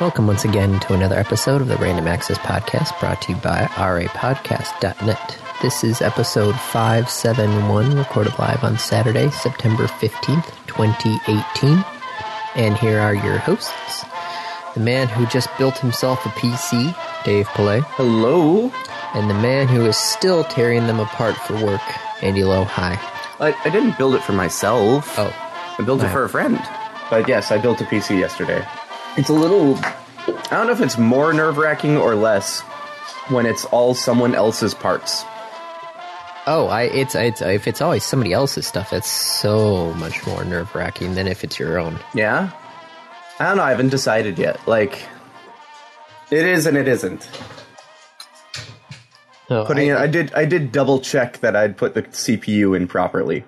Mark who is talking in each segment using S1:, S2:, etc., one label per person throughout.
S1: Welcome once again to another episode of the Random Access Podcast brought to you by rapodcast.net. This is episode 571, recorded live on Saturday, September 15th, 2018. And here are your hosts the man who just built himself a PC, Dave Pillay,
S2: Hello.
S1: and the man who is still tearing them apart for work, Andy Lowe. Hi.
S2: I, I didn't build it for myself.
S1: Oh,
S2: I built it for a friend. But yes, I built a PC yesterday. It's a little. I don't know if it's more nerve wracking or less when it's all someone else's parts.
S1: Oh, I it's it's if it's always somebody else's stuff, that's so much more nerve wracking than if it's your own.
S2: Yeah? I don't know. I haven't decided yet. Like, it is and it isn't.
S1: No,
S2: Putting
S1: I,
S2: it, I did. I did double check that I'd put the CPU in properly.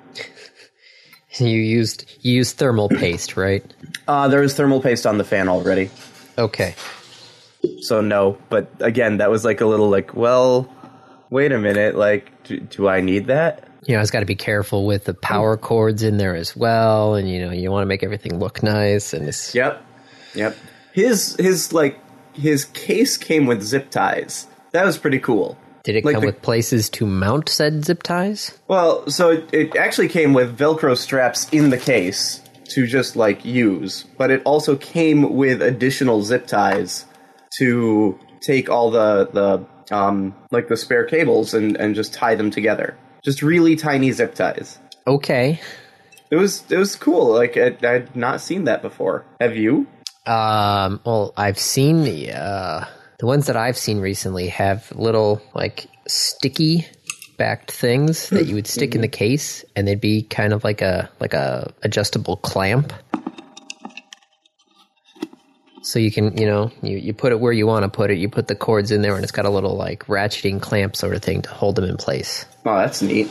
S1: you used you used thermal paste, right?
S2: Uh, there was thermal paste on the fan already.
S1: Okay.
S2: so no but again that was like a little like well wait a minute like do, do i need that
S1: You know, it's got to be careful with the power cords in there as well, and you know, you want to make everything look nice, and it's
S2: yep yep his his like his case came with zip ties that was pretty cool
S1: did it
S2: Like
S1: come
S2: the-
S1: with places to mount said zip ties?
S2: well so it, it actually came with velcro straps in the case to just like use but it also came with additional zip ties to take all the the um like the spare cables and and just tie them together just really tiny zip ties
S1: Okay.
S2: It was it was cool. Like I, I'd not seen that before. Have you?
S1: Um, well, I've seen the uh, the ones that I've seen recently have little like sticky backed things that you would stick in the case, and they'd be kind of like a like a adjustable clamp. So you can, you know, you, you put it where you want to put it. You put the cords in there, and it's got a little like ratcheting clamp sort of thing to hold them in place.
S2: Oh, that's neat.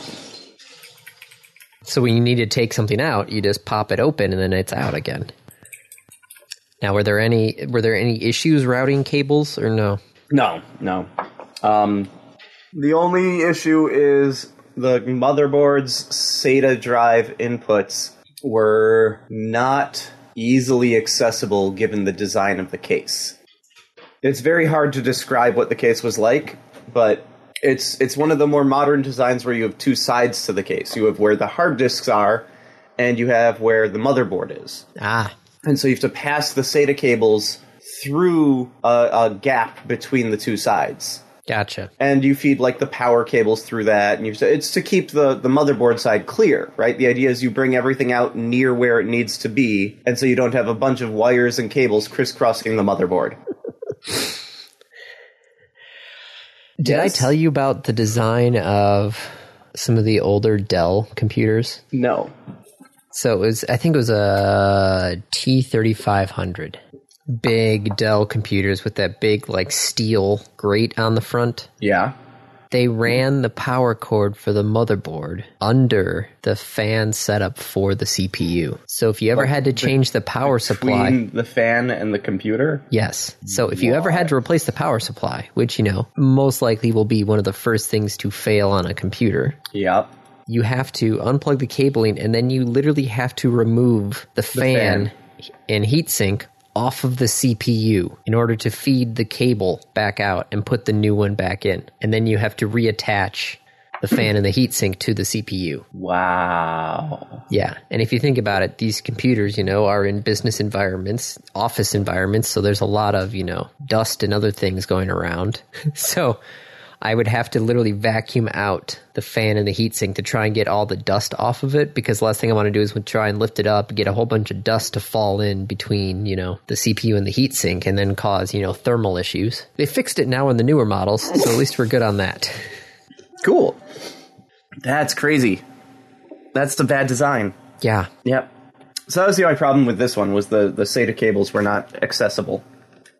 S1: So when you need to take something out, you just pop it open and then it's out again. Now, were there any were there any issues routing cables or no?
S2: No, no. Um, the only issue is the motherboard's SATA drive inputs were not easily accessible given the design of the case. It's very hard to describe what the case was like, but it's it's one of the more modern designs where you have two sides to the case. You have where the hard disks are, and you have where the motherboard is.
S1: Ah,
S2: and so you have to pass the SATA cables through a, a gap between the two sides.
S1: gotcha.
S2: And you feed like the power cables through that, and you it's to keep the the motherboard side clear, right? The idea is you bring everything out near where it needs to be, and so you don't have a bunch of wires and cables crisscrossing the motherboard.
S1: Did I
S2: Yes.
S1: tell you about the design of some of the older Dell computers?
S2: No,
S1: So it was I think it was a T thirty five hundred. Big Dell computers with that big like steel grate on the front.
S2: yeah,
S1: They ran the power cord for the motherboard under the fan setup for the CPU. So if you ever had to change the power supply,
S2: between the fan and the computer.
S1: yes. So if you ever had to replace the power supply, which you know most likely will be one of the first things to fail on a computer,
S2: Yep.
S1: you have to unplug the cabling and then you literally have to remove the fan, and heatsink off of the CPU in order to feed the cable back out and put the new one back in. And then you have to reattach the fan and the heatsink to the CPU.
S2: Wow.
S1: Yeah. And if you think about it, these computers, you know, are in business environments, office environments, so there's a lot of, you know, dust and other things going around. so I would have to literally vacuum out the fan and the heatsink to try and get all the dust off of it because the last thing I want to do is try and lift it up, get a whole bunch of dust to fall in between, you know, the CPU and the heatsink and then cause, you know, thermal issues. They fixed it now in the newer models, so at least we're good on that.
S2: Cool. That's crazy. That's the bad design.
S1: Yeah.
S2: Yep. So that was the only problem with this one was the the SATA cables were not accessible,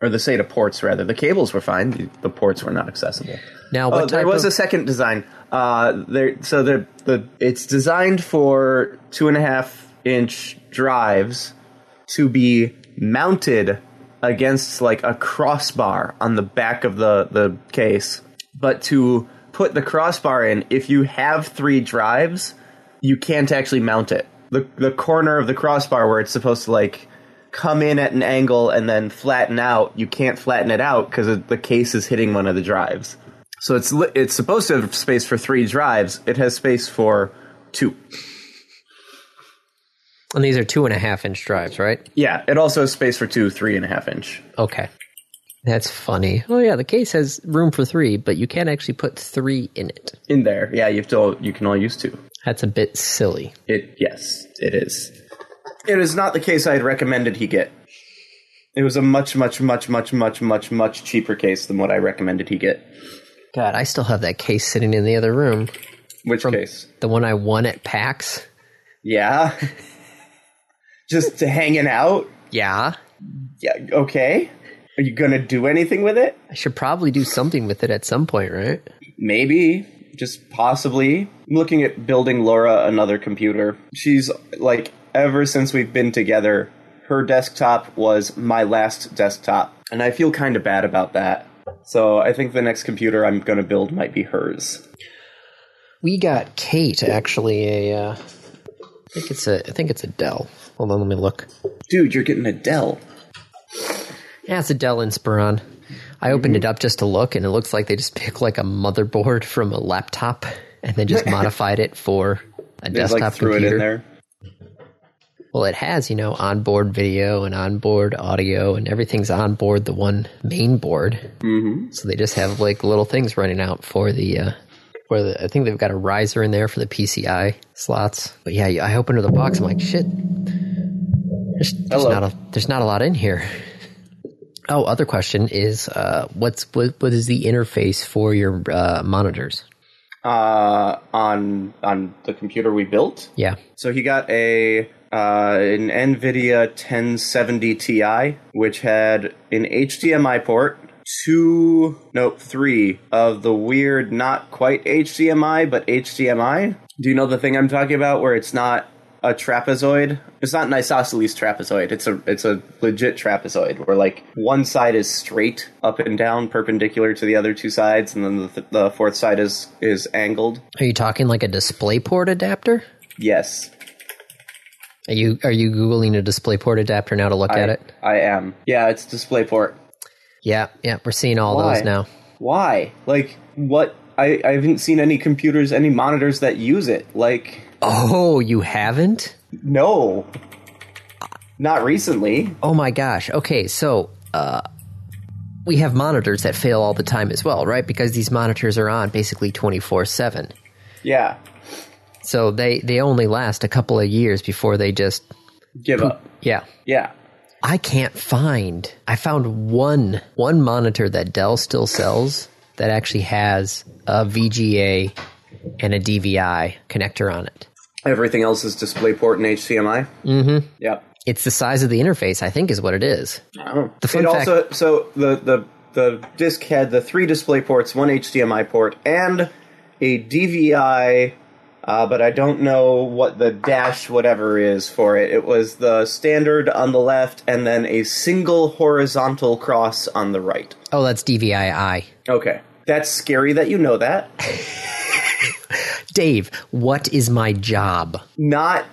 S2: or the SATA ports rather. The cables were fine. The, the ports were not accessible.
S1: Now, what
S2: Oh, there
S1: type
S2: was
S1: of-
S2: a second design. Uh, there. So the the it's designed for two and a half inch drives to be mounted against like a crossbar on the back of the the case, but to put the crossbar in, if you have three drives, you can't actually mount it. The the corner of the crossbar where it's supposed to like come in at an angle and then flatten out, you can't flatten it out because the case is hitting one of the drives. So it's li- it's supposed to have space for three drives. It has space for two.
S1: And these are two and a half inch drives, right?
S2: Yeah, it also has space for two three and a half inch.
S1: Okay. That's funny. Oh yeah, the case has room for three, but you can't actually put three in it.
S2: in there. Yeah, you have to. You can all use two.
S1: That's a bit silly.
S2: It yes, it is. It is not the case I had recommended he get. It was a much, much, much, much, much, much, much cheaper case than what I recommended he get.
S1: God, I still have that case sitting in the other room.
S2: Which case?
S1: The one I won at PAX.
S2: Yeah. Just to hanging out.
S1: Yeah.
S2: Yeah. Okay. Are you gonna do anything with it?
S1: I should probably do something with it at some point, right?
S2: Maybe. Just possibly. I'm looking at building Laura another computer. She's like, ever since we've been together, her desktop was my last desktop. And I feel kind of bad about that. So I think the next computer I'm going to build might be hers.
S1: We got Kate actually a uh I think it's a I think it's a Dell. Hold on, let me look.
S2: Dude, you're getting a Dell.
S1: Yeah, it's a Dell Inspiron. I opened it up just to look and it looks like they just picked like a motherboard from a laptop and then just modified it for a
S2: They
S1: desktop
S2: like threw
S1: computer.
S2: it in there.
S1: Well, it has, you know, onboard video and onboard audio, and everything's onboard the one main board. Mm-hmm. So they just have like little things running out for the, uh, for the. I think they've got a riser in there for the PCI slots. But yeah, I opened the box. I'm like, shit. There's, there's
S2: Hello.
S1: not a there's not a lot in here. Oh, other question is, uh, what's what, what is the interface for your uh, monitors?
S2: Uh, on on the computer we built.
S1: Yeah,
S2: So he got a uh, an NVIDIA 1070 Ti, which had an HDMI port, two nope three of the weird, not quite HDMI, but HDMI. Do you know the thing I'm talking about, where it's not a trapezoid? It's not an isosceles trapezoid. It's a it's a legit trapezoid, where like one side is straight up and down, perpendicular to the other two sides, and then the, th- the fourth side is is angled.
S1: are you talking like a DisplayPort adapter?
S2: Yes,
S1: Are you are you googling a DisplayPort adapter now to look at
S2: I,
S1: it?
S2: I am. Yeah, it's DisplayPort.
S1: Yeah, yeah, we're seeing all
S2: Why?
S1: those now.
S2: Why? Like, what? I, I haven't seen any computers, any monitors that use it. Like,
S1: Oh, you haven't?
S2: no. Not recently.
S1: Oh my gosh. Okay, so uh we have monitors that fail all the time as well, right? Because these monitors are on basically 24/7.
S2: Yeah.
S1: So they they only last a couple of years before they just
S2: Give up.
S1: yeah.
S2: Yeah.
S1: I can't find. I found one one monitor that Dell still sells that actually has a VGA and a DVI connector on it.
S2: Everything else is DisplayPort and HDMI. Mm-hmm. Yep.
S1: It's the size of the interface, I think is what it is.
S2: Oh.
S1: The fun
S2: it
S1: fact-
S2: also so the the the disc had the three display ports, one HDMI port, and a DVI. Uh, but I don't know what the dash whatever is for it. It was the standard on the left, and then a single horizontal cross on the right.
S1: Oh, that's DVI.
S2: Okay, that's scary that you know that.
S1: Dave, what is my job?
S2: Not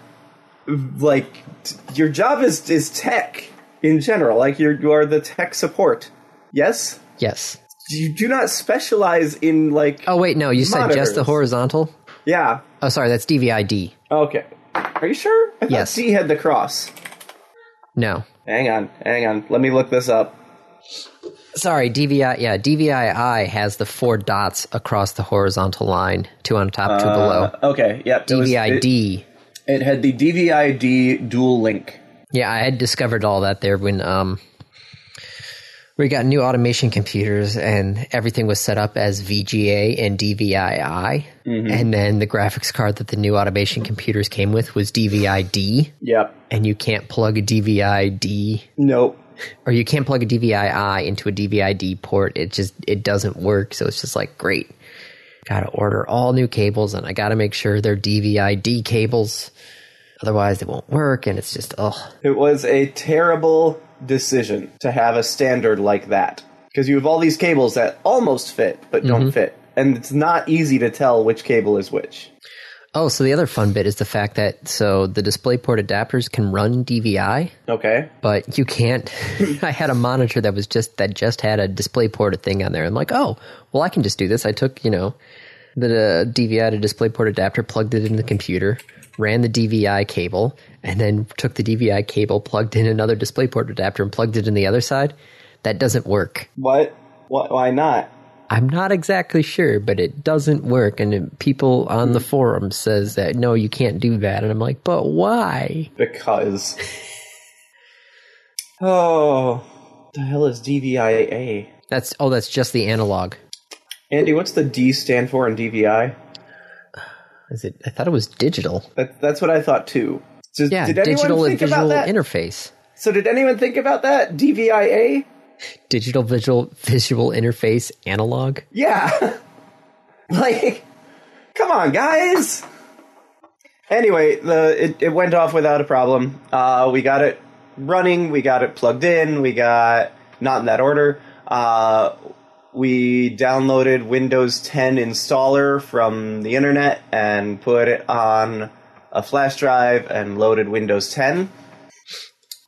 S2: like t- your job is is tech in general. Like you're you are the tech support. Yes,
S1: Yes.
S2: you do not specialize in like
S1: Oh wait, no, you said just the
S2: Monitors.
S1: horizontal?
S2: yeah.
S1: Oh sorry, that's DVI-D.
S2: Okay. Are you sure? I thought
S1: Yes.
S2: D had the cross.
S1: No.
S2: Hang on, hang on. Let me look this up.
S1: Sorry, DVI yeah, DVI-I has the four dots across the horizontal line, two on top, two below.
S2: Okay, yep. Uh, it was- it-
S1: DVI-D.
S2: It, had the DVI-D dual link.
S1: Yeah, I had discovered all that there when um we got new automation computers and everything was set up as VGA and DVI-I. And then the graphics card that the new automation computers came with was DVI-D.
S2: Yep.
S1: and you can't plug a DVI D
S2: Nope.
S1: or you can't plug a DVI I into a DVI D port. It just it doesn't work. So it's just like great. Got to order all new cables, and I got to make sure they're DVI D cables. Otherwise, they won't work, and it's just oh
S2: It was a terrible decision to have a standard like that because you have all these cables that almost fit but don't fit, and it's not easy to tell which cable is which.
S1: Oh, so the other fun bit is the fact that so the DisplayPort adapters can run DVI,
S2: Okay.
S1: but you can't. I had a monitor that was just that just had a DisplayPort thing on there. I'm like, oh, well, I can just do this. I took you know the uh, DVI to DisplayPort adapter, plugged it in the computer, ran the DVI cable, and then took the DVI cable, plugged in another DisplayPort adapter, and plugged it in the other side. That doesn't work.
S2: What? Why, why not?
S1: I'm not exactly sure, but it doesn't work. And it- people on the forum says that no, you can't do that. And I'm like, but why?
S2: Because. oh, the hell is DVIA?
S1: That's oh, that's just the analog.
S2: Andy, what's the D stand for in DVI?
S1: Is it? I thought it was digital.
S2: That, that's what I thought too. So
S1: Yeah,
S2: did anyone
S1: digital and
S2: think about
S1: visual
S2: that?
S1: interface.
S2: so did anyone think about that? DVIA?
S1: Digital visual visual interface analog.
S2: Yeah. like, come on, guys. Anyway, the it, it went off without a problem. Uh, we got it running. We got it plugged in. We got not in that order. Uh, we downloaded Windows 10 installer from the internet and put it on a flash drive and loaded Windows 10.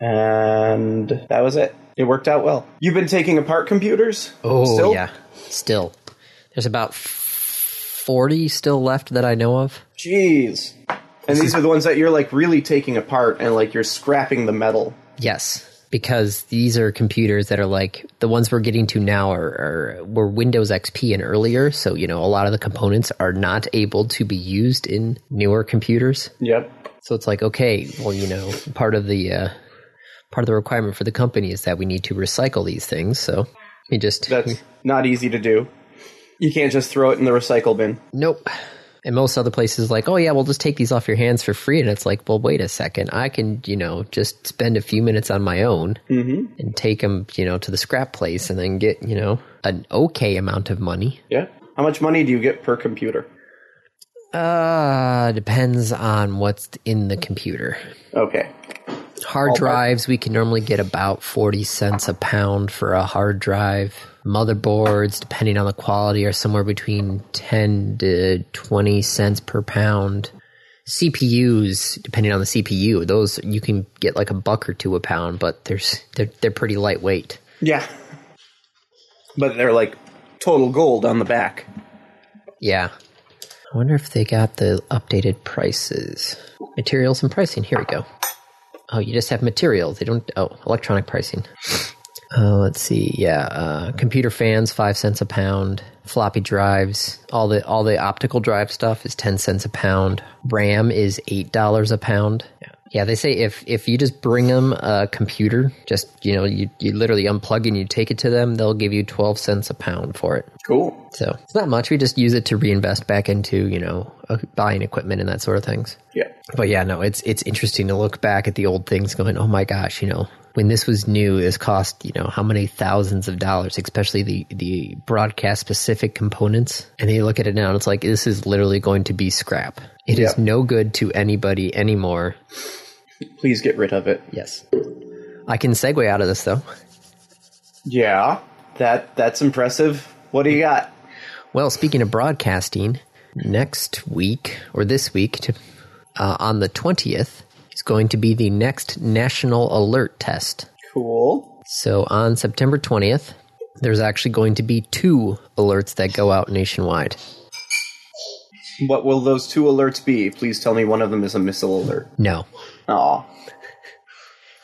S2: And that was it. It worked out well. You've been taking apart computers?
S1: Oh
S2: still?
S1: yeah, still. There's about forty still left that I know of.
S2: Jeez. And these are the ones that you're like really taking apart and like you're scrapping the metal.
S1: Yes, because these are computers that are like the ones we're getting to now are, are were Windows XP and earlier, so you know a lot of the components are not able to be used in newer computers.
S2: Yep.
S1: So it's like, okay, well, you know, part of the uh, part of the requirement for the company is that we need to recycle these things. So you just
S2: That's not easy to do. You can't just throw it in the recycle bin.
S1: nope. And most other places like, oh yeah, we'll just take these off your hands for free. And it's like, well, wait a second, I can, you know, just spend a few minutes on my own and take them, you know, to the scrap place and then get, you know, an okay amount of money.
S2: Yeah. How much money do you get per computer?
S1: Uh, depends on what's in the computer.
S2: Okay.
S1: Hard drives, we can normally get about 40 cents a pound for a hard drive. Motherboards, depending on the quality, are somewhere between 10 to 20 cents per pound. CPUs, depending on the CPU, those you can get like a buck or two a pound, but there's they're, they're pretty lightweight.
S2: Yeah. But they're like total gold on the back.
S1: Yeah. I wonder if they got the updated prices. Materials and pricing. Here we go. Oh, you just have materials. They don't. Oh, electronic pricing. Uh, let's see. Yeah, uh, computer fans five cents a pound. Floppy drives. All the all the optical drive stuff is ten cents a pound. RAM is eight dollars a pound. Yeah, they say if if you just bring them a computer, just you know, you you literally unplug and you take it to them, they'll give you twelve cents a pound for it.
S2: Cool.
S1: So it's not much. We just use it to reinvest back into you know uh, buying equipment and that sort of things.
S2: Yeah.
S1: But yeah, no, it's it's interesting to look back at the old things, going, oh my gosh, you know, when this was new, this cost you know how many thousands of dollars, especially the the broadcast specific components. And then you look at it now, and it's like this is literally going to be scrap. It is
S2: Yeah.
S1: no good to anybody anymore.
S2: Please get rid of it.
S1: Yes, I can segue out of this though.
S2: Yeah. That that's impressive. What do you got?
S1: Well, speaking of broadcasting, next week or this week to, uh, on the 20th is going to be the next national alert test.
S2: Cool.
S1: So on September 20th, there's actually going to be two alerts that go out nationwide.
S2: What will those two alerts be? Please tell me one of them is a missile alert.
S1: No.
S2: Aw.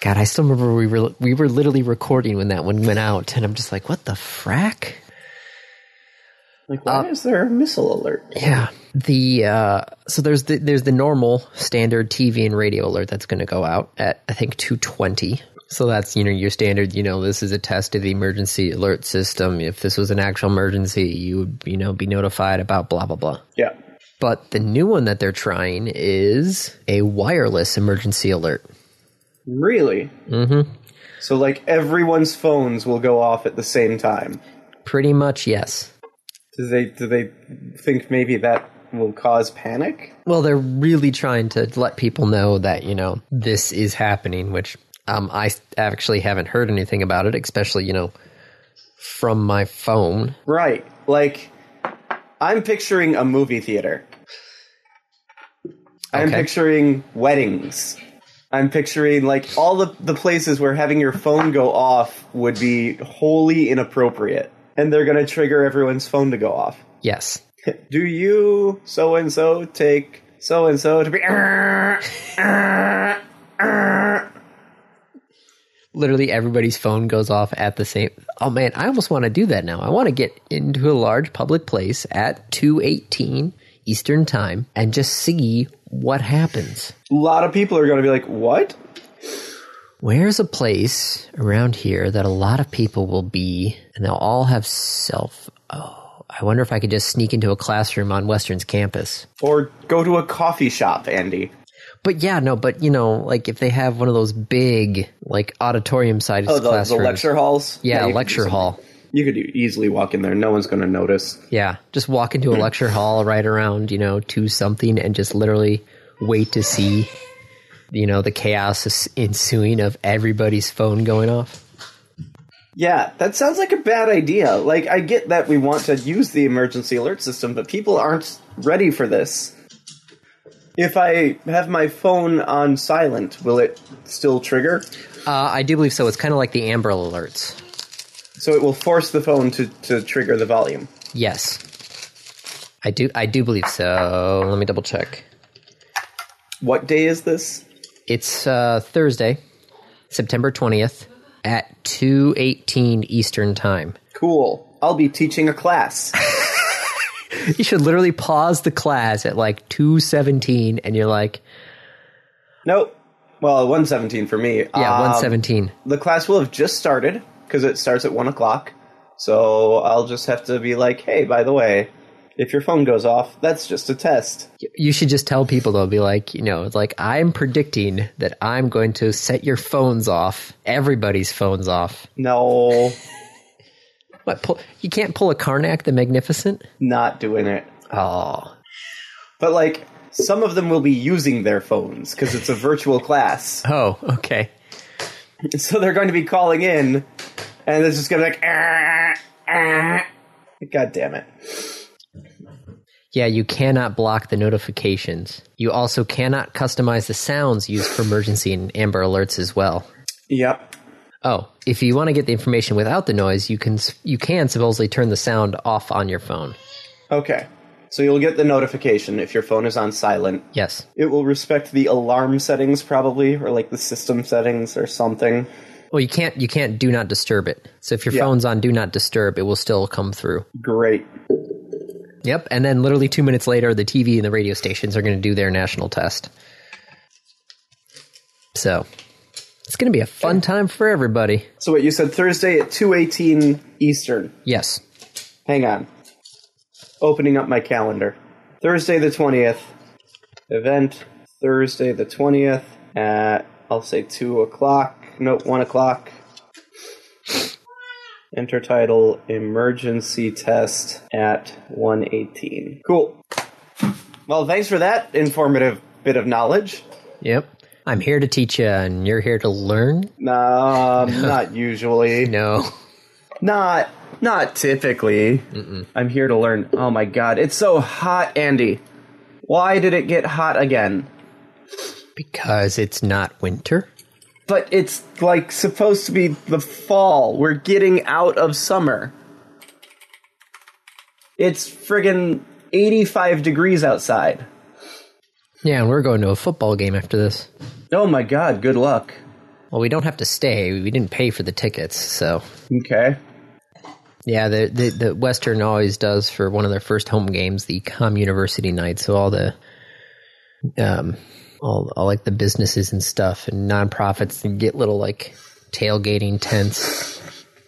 S1: God, I still remember we were we were literally recording when that one went out, and I'm just like, what the frack?
S2: Like why is there a missile alert?
S1: Yeah. The uh, so there's the there's the normal standard TV and radio alert that's going to go out at I think 220. So that's you know your standard. You know this is a test of the emergency alert system. If this was an actual emergency, you would you know be notified about blah blah blah.
S2: Yeah.
S1: But the new one that they're trying is a wireless emergency alert.
S2: Really? Mm-hmm. So like everyone's phones will go off at the same time.
S1: Pretty much yes.
S2: Do they do they think maybe that will cause panic?
S1: Well, they're really trying to let people know that, you know, this is happening, which um, I s- actually haven't heard anything about it, especially, you know, from my phone.
S2: Right. Like I'm picturing a movie theater. I'm
S1: Okay.
S2: picturing weddings. I'm picturing like all the, the places where having your phone go off would be wholly inappropriate. And they're going to trigger everyone's phone to go off.
S1: Yes.
S2: Do you, so and so, take so and so to be.
S1: Literally everybody's phone goes off at the same. Oh man, I almost want to do that now. I want to get into a large public place at 2:18 Eastern Time and just see what happens.
S2: A lot of people are going to be like, what?
S1: Where's a place around here that a lot of people will be and they'll all have self Oh, I wonder if I could just sneak into a classroom on Western's campus.
S2: Or go to a coffee shop, Andy.
S1: But yeah, no, but you know, like if they have one of those big like auditorium sized
S2: Oh, the, the
S1: classrooms.
S2: lecture halls?
S1: yeah,
S2: you could do
S1: lecture
S2: something.
S1: hall.
S2: You could e-, easily walk in there. No one's going to notice.
S1: Yeah, just walk into a lecture hall right around, you know, to something and just literally wait to see, you know, the chaos es- ensuing of everybody's phone going off.
S2: Yeah, that sounds like a bad idea. Like, I get that we want to use the emergency alert system, but people aren't ready for this. If I have my phone on silent, will it still trigger?
S1: Uh, I do believe so. It's kind of like the Amber Alerts.
S2: So it will force the phone to, to trigger the volume.
S1: Yes, I do. I do believe so. Let me double check.
S2: What day is this?
S1: It's uh, Thursday, September twentieth at two eighteen Eastern Time.
S2: Cool. I'll be teaching a class.
S1: You should literally pause the class at like two seventeen, and you're like,
S2: nope. Well, 117 for me.
S1: yeah,
S2: Um,
S1: one seventeen.
S2: the class will have just started because it starts at one o'clock. So I'll just have to be like, hey, by the way, if your phone goes off, that's just a test.
S1: You should just tell people though, be like, you know, it's like I'm predicting that I'm going to set your phones off, everybody's phones off.
S2: No,
S1: What? Pull, you can't pull a Karnak the Magnificent.
S2: not doing it.
S1: Oh,
S2: But like, some of them will be using their phones because it's a virtual class.
S1: oh, okay.
S2: So they're going to be calling in, and it's just going to be like, "Ah, ah." God damn it.
S1: Yeah, you cannot block the notifications. You also cannot customize the sounds used for emergency and Amber Alerts as well.
S2: Yep.
S1: Oh, if you want to get the information without the noise, you can you can supposedly turn the sound off on your phone.
S2: Okay. So you'll get the notification if your phone is on silent.
S1: Yes.
S2: It will respect the alarm settings, probably, or like the system settings or something.
S1: Well, you can't you can't do not disturb it. So if your
S2: Yeah.
S1: phone's on do not disturb, it will still come through.
S2: Great.
S1: Yep, and then literally two minutes later, the TV and the radio stations are going to do their national test. So it's going to be a fun time for everybody.
S2: So what you said Thursday at two eighteen Eastern.
S1: Yes,
S2: Hang on. Opening up my calendar. Thursday the twentieth. Event Thursday the twentieth at I'll say two o'clock. Nope, one o'clock. Enter title emergency test at one eighteen. Cool. Well, thanks for that informative bit of knowledge.
S1: yep. I'm here to teach you, and you're here to learn.
S2: Um, not usually.
S1: No,
S2: Not not typically. I'm here to learn. Oh my god, it's so hot, Andy. Why did it get hot again?
S1: because it's not winter.
S2: But it's like supposed to be the fall. We're getting out of summer. It's friggin' 85 degrees outside.
S1: Yeah, and we're going to a football game after this.
S2: Oh my god, good luck.
S1: Well, we don't have to stay. We didn't pay for the tickets, so
S2: Okay.
S1: Yeah, the, the the Western always does for one of their first home games the Com University night. So all the um all, all like the businesses and stuff and nonprofits and get little like tailgating tents.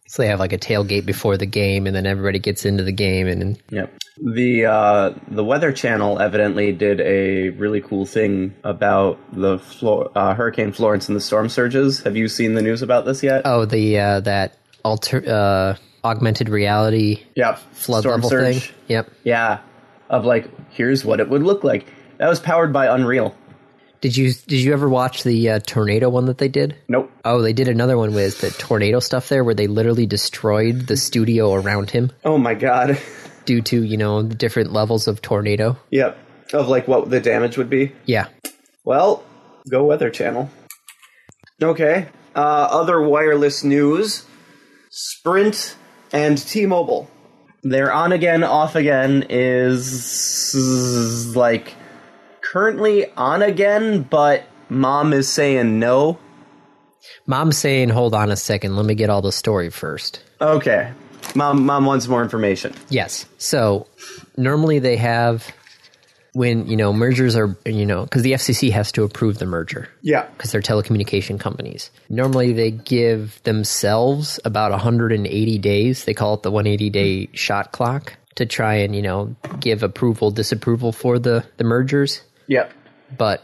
S1: So they have like a tailgate before the game, and then everybody gets into the game, and, and
S2: Yep. The uh, the Weather Channel evidently did a really cool thing about the Flo- uh, Hurricane Florence and the storm surges. Have you seen the news about this yet?
S1: oh the uh, that alter uh, augmented reality
S2: yeah,
S1: flood
S2: storm
S1: level
S2: surge.
S1: thing. Yep.
S2: Yeah, of like here's what it would look like. That was powered by Unreal.
S1: Did you did you ever watch the uh, tornado one that they did?
S2: Nope.
S1: Oh, they did another one with the tornado stuff there where they literally destroyed the studio around him
S2: Oh my god.
S1: due to, you know, the different levels of tornado.
S2: yep. Of like what the damage would be.
S1: Yeah.
S2: Well, go Weather Channel. Okay. Uh, other wireless news Sprint and T Mobile. Their on again, off again is like currently on again, but mom is saying no.
S1: Mom's saying, hold on a second, let me get all the story first.
S2: Okay. Mom, mom wants more information.
S1: Yes. So normally they have when you know mergers are you know because the FCC has to approve the merger
S2: Yeah.
S1: because they're telecommunication companies. Normally they give themselves about 180 days. They call it the 180 day shot clock to try and you know give approval disapproval for the the mergers,
S2: Yep.
S1: but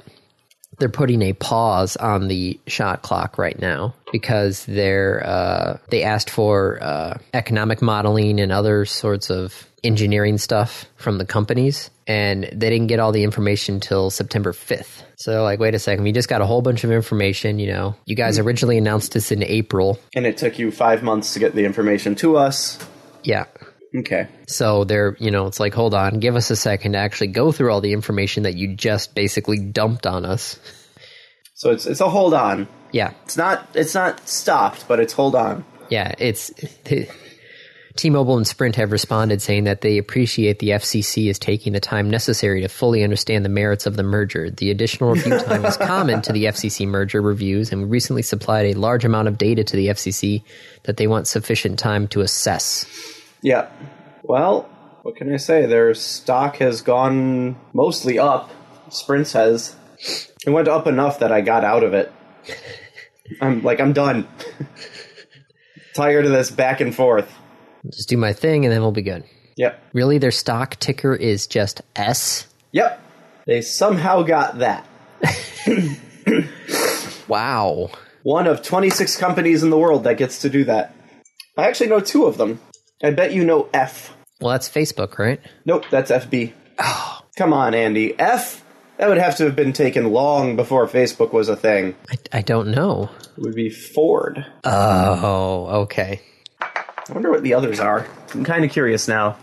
S1: they're putting a pause on the shot clock right now because they're uh, they asked for uh, economic modeling and other sorts of engineering stuff from the companies, and they didn't get all the information till September fifth. So they're like, wait a second, we just got a whole bunch of information. You know, you guys originally announced this in April.
S2: And it took you five months to get the information to us.
S1: Yeah.
S2: Okay.
S1: So they're, you know, it's like, hold on, give us a second to actually go through all the information that you just basically dumped on us.
S2: So it's it's a hold on.
S1: Yeah.
S2: It's not it's not stopped, but it's hold on.
S1: Yeah, it's T-Mobile and Sprint have responded saying that they appreciate the FCC is taking the time necessary to fully understand the merits of the merger. The additional review time is common to the FCC merger reviews, and we recently supplied a large amount of data to the FCC that they want sufficient time to assess.
S2: Yeah. Well, what can I say? Their stock has gone mostly up. Sprint has. It went up enough that I got out of it. I'm like I'm done. Tired of this back and forth.
S1: Just do my thing, and then we'll be good.
S2: Yep.
S1: Really, their stock ticker is just S.
S2: Yep. They somehow got that.
S1: Wow.
S2: One of 26 companies in the world that gets to do that. I actually know two of them. I bet you know F.
S1: Well, that's Facebook, right?
S2: Nope, that's FB. Come on, Andy. F? That would have to have been taken long before Facebook was a thing.
S1: I, I don't know.
S2: It would be Ford.
S1: Oh, okay.
S2: I wonder what the others are. I'm kind of curious now.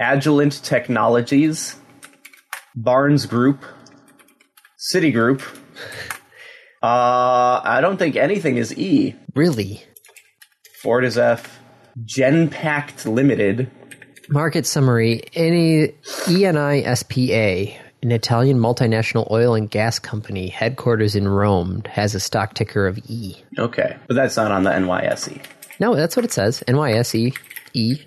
S2: Agilent Technologies, Barnes Group, Citigroup. Uh, I don't think anything is E.
S1: Really?
S2: Ford is F. Genpact Limited.
S1: Market summary: Any E ENI SPA, an Italian multinational oil and gas company, headquarters in Rome, has a stock ticker of E.
S2: Okay, but that's not on the NYSE.
S1: No, that's what it says. NYSE E.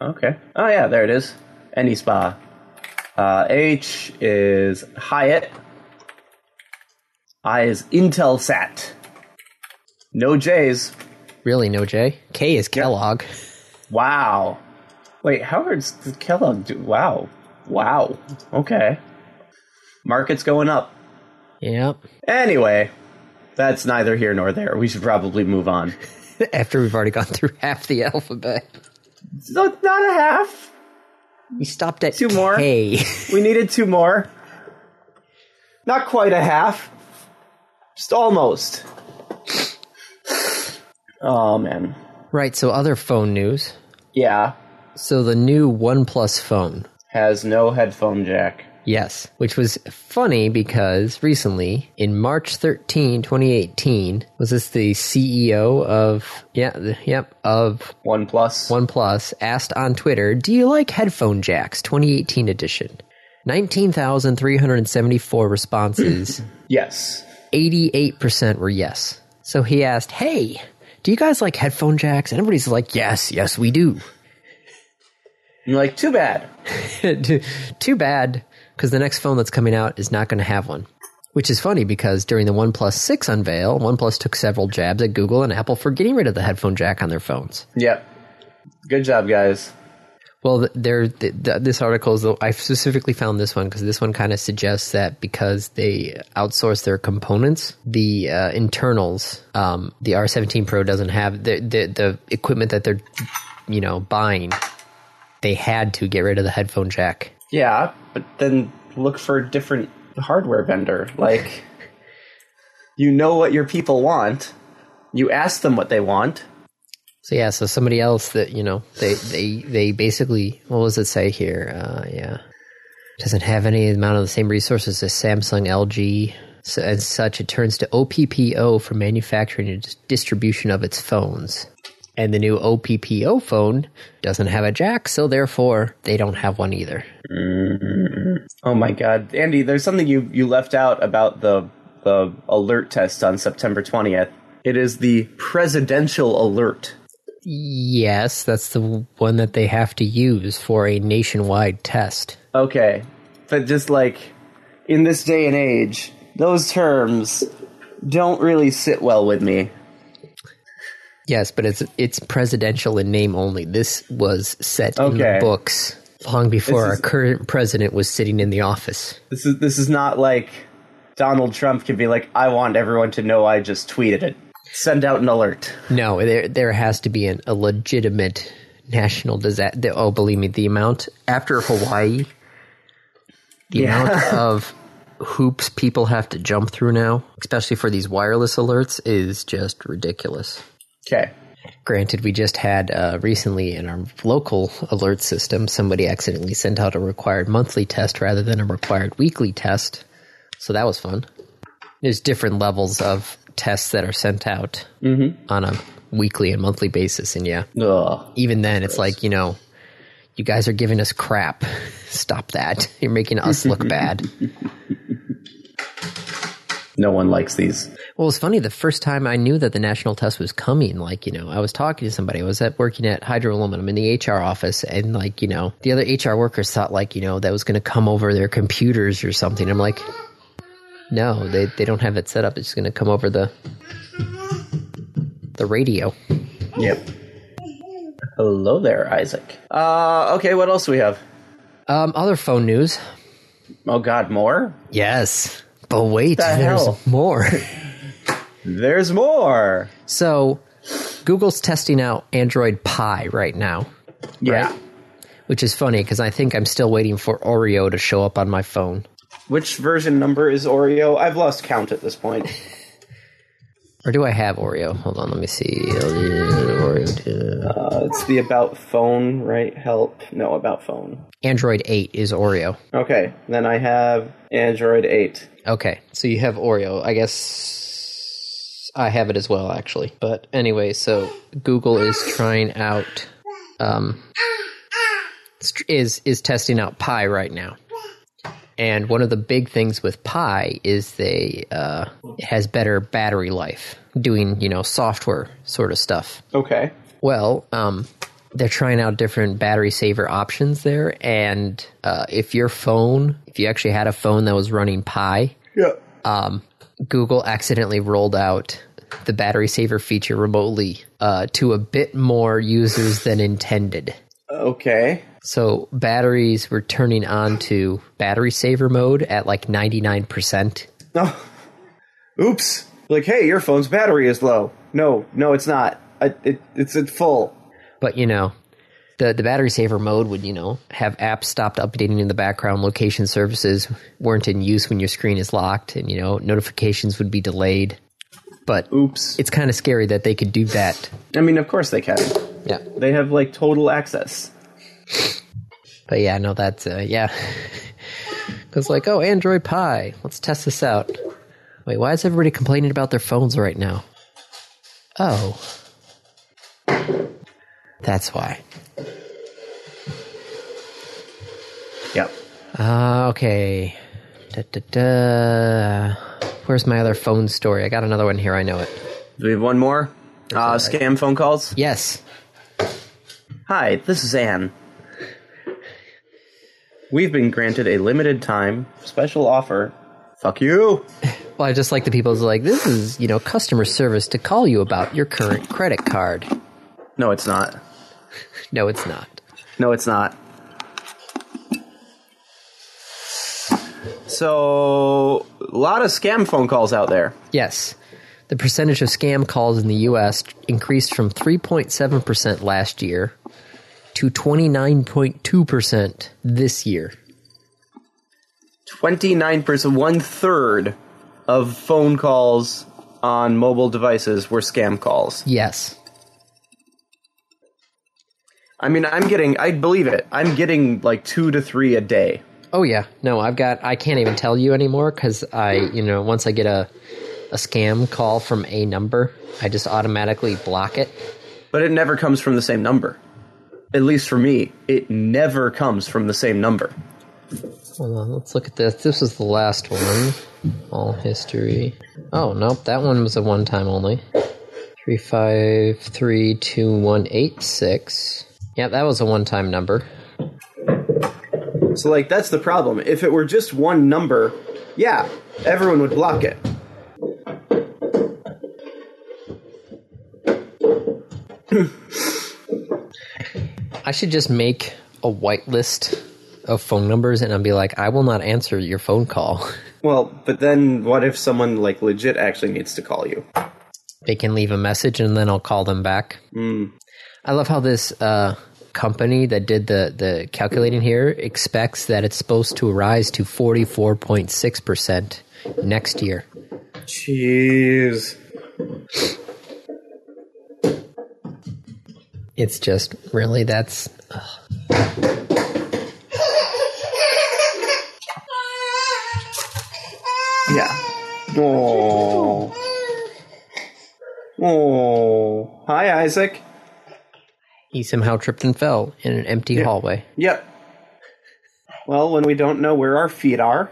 S2: Okay. Oh yeah, there it is. Any spa. Uh, H is Hyatt. I is Intelsat. No J's.
S1: Really, no J. K is Kellogg.
S2: Wow. Wait, Howard's Kellogg. Do- wow. Wow. Okay. Market's going up.
S1: Yep.
S2: Anyway, that's neither here nor there. We should probably move on.
S1: After we've already gone through half the alphabet,
S2: So, not a half.
S1: we stopped at
S2: Two more.
S1: K.
S2: We needed two more. Not quite a half. Just almost. Oh man.
S1: right. So other phone news.
S2: Yeah.
S1: So the new OnePlus phone.
S2: Has no headphone jack.
S1: Yes, which was funny because recently, in March 13, 2018, was this the CEO of yeah, the- yep, of
S2: One plus.
S1: OnePlus asked on Twitter, "Do you like headphone jacks 2018 edition?" 19,374 responses.
S2: Yes.
S1: 88% were yes. So he asked, "Hey, do you guys like headphone jacks?" And everybody's like, "Yes, yes, we do."
S2: You're like, too bad.
S1: too, too bad because the next phone that's coming out is not going to have one. Which is funny because during the OnePlus 6 unveil, OnePlus took several jabs at Google and Apple for getting rid of the headphone jack on their phones.
S2: Yep. Good job, guys.
S1: Well, th- there, th- th- this article is. the- I specifically found this one because this one kind of suggests that because they outsource their components, the uh, internals, um, the R17 Pro doesn't have the, the the equipment that they're, you know, buying. They had to get rid of the headphone jack.
S2: Yeah, but then look for a different hardware vendor. Like, you know what your people want. You ask them what they want.
S1: So yeah, so somebody else that you know they they they basically what does it say here? Uh, yeah, doesn't have any amount of the same resources as Samsung, LG, so, and such. It turns to OPPO for manufacturing and dis- distribution of its phones. And the new OPPO phone doesn't have a jack, so therefore they don't have one either.
S2: Oh my god, Andy, there's something you you left out about the the alert test on September 20th. It is the presidential alert.
S1: Yes, that's the one that they have to use for a nationwide test.
S2: Okay, but just like in this day and age, those terms don't really sit well with me.
S1: Yes, but it's it's presidential in name only. This was set in the
S2: Okay.
S1: books long before
S2: This
S1: our
S2: is-
S1: current president was sitting in the office.
S2: This is this is not like Donald Trump can be like, I want everyone to know I just tweeted it. Send out an alert.
S1: No, there there has to be an, a legitimate national disaster. Oh, believe me, the amount after Hawaii, the
S2: Yeah.
S1: amount of hoops people have to jump through now, especially for these wireless alerts, is just ridiculous.
S2: Okay.
S1: Granted, we just had uh, recently in our local alert system, somebody accidentally sent out a required monthly test rather than a required weekly test. So that was fun. There's different levels of tests that are sent out on a weekly and monthly basis. And yeah,
S2: Ugh.
S1: even then, it's like, you know, you guys are giving us crap. Stop that. You're making us look bad.
S2: No one likes these.
S1: Well, it's funny. The first time I knew that the national test was coming, like you know, I was talking to somebody. I was at working at Hydro Aluminum in the HR office, and like you know, the other HR workers thought like you know that was going to come over their computers or something. I'm like, no, they they don't have it set up. It's going to come over the the radio.
S2: Yep. Hello there, Isaac. Uh, okay, what else do we have?
S1: Um, other phone news.
S2: Oh god, more?
S1: Yes, but wait,
S2: The
S1: there's
S2: hell?
S1: more.
S2: There's more!
S1: so, Google's testing out Android Pie right now.
S2: Yeah.
S1: Which is funny because I think I'm still waiting for Oreo to show up on my phone.
S2: Which version number is Oreo? I've lost count at this point.
S1: Or do I have Oreo? Hold on, let me see. Oreo.
S2: Uh, it's the about phone, right? Help. No, about phone.
S1: Android 8 is Oreo.
S2: Okay, then I have Android 8.
S1: Okay, so you have Oreo. I guess I have it as well, actually. But anyway, so Google is trying out, um, str- is is testing out Pi right now. And one of the big things with Pi is they uh, it has better battery life, doing you know software sort of stuff.
S2: Okay.
S1: Well, um, they're trying out different battery saver options there, and uh, if your phone, if you actually had a phone that was running Pi,
S2: Yeah.
S1: um, Google accidentally rolled out the battery saver feature remotely uh, to a bit more users than intended.
S2: Okay.
S1: So batteries were turning on to battery saver mode at like 99%.
S2: No. Oops. Like, hey, your phone's battery is low. No, no, it's not. I, it, it's at full.
S1: But you know, the the battery saver mode would you know have apps stopped updating in the background, location services weren't in use when your screen is locked, and you know notifications would be delayed. But
S2: Oops.
S1: it's kind of scary that they could do that.
S2: I mean, of course they can.
S1: Yeah,
S2: They have like total access.
S1: but yeah, no, that's uh, yeah. Because like, oh, Android Pie, let's test this out. Wait, why is everybody complaining about their phones right now? Oh, that's why.
S2: Yep.
S1: Uh, okay. Da, da, da. Where's my other phone story? I got another one here. I know it.
S2: Do we have one more? Uh, scam phone calls?
S1: Yes.
S2: Hi, this is Anne. We've been granted a limited time special offer. Fuck you!
S1: Well, I just like the people who's like, this is, you know, customer service to call you about your current credit card.
S2: No, it's not.
S1: No, it's not.
S2: No, it's not. So, a lot of scam phone calls out there.
S1: Yes. The percentage of scam calls in the U.S. increased from 3.7% last year to 29.2% this year.
S2: 29%, one third of phone calls on mobile devices were scam calls.
S1: Yes.
S2: I mean, I'm getting, I believe it, I'm getting like two to three a day.
S1: Oh yeah, no, I've got. I can't even tell you anymore because I, you know, once I get a a scam call from a number, I just automatically block it.
S2: But it never comes from the same number. At least for me, it never comes from the same number.
S1: Hold on, Uh, let's look at this. This was the last one. All history. Oh nope, that one was a one time only. Three five three two one eight six. Yeah, that was a one time number.
S2: So, like, that's the problem. If it were just one number, yeah, everyone would block it.
S1: I should just make a whitelist of phone numbers and I'll be like, I will not answer your phone call.
S2: Well, but then what if someone, like, legit actually needs to call you?
S1: They can leave a message and then I'll call them back. I love how this uh, company that did the, the calculating here expects that it's supposed to rise to 44.6% next year.
S2: Jeez.
S1: It's just really that's
S2: Yeah. Oh. Oh. Hi, Isaac.
S1: he somehow tripped and fell in an empty hallway.
S2: Yep. Well, when we don't know where our feet are,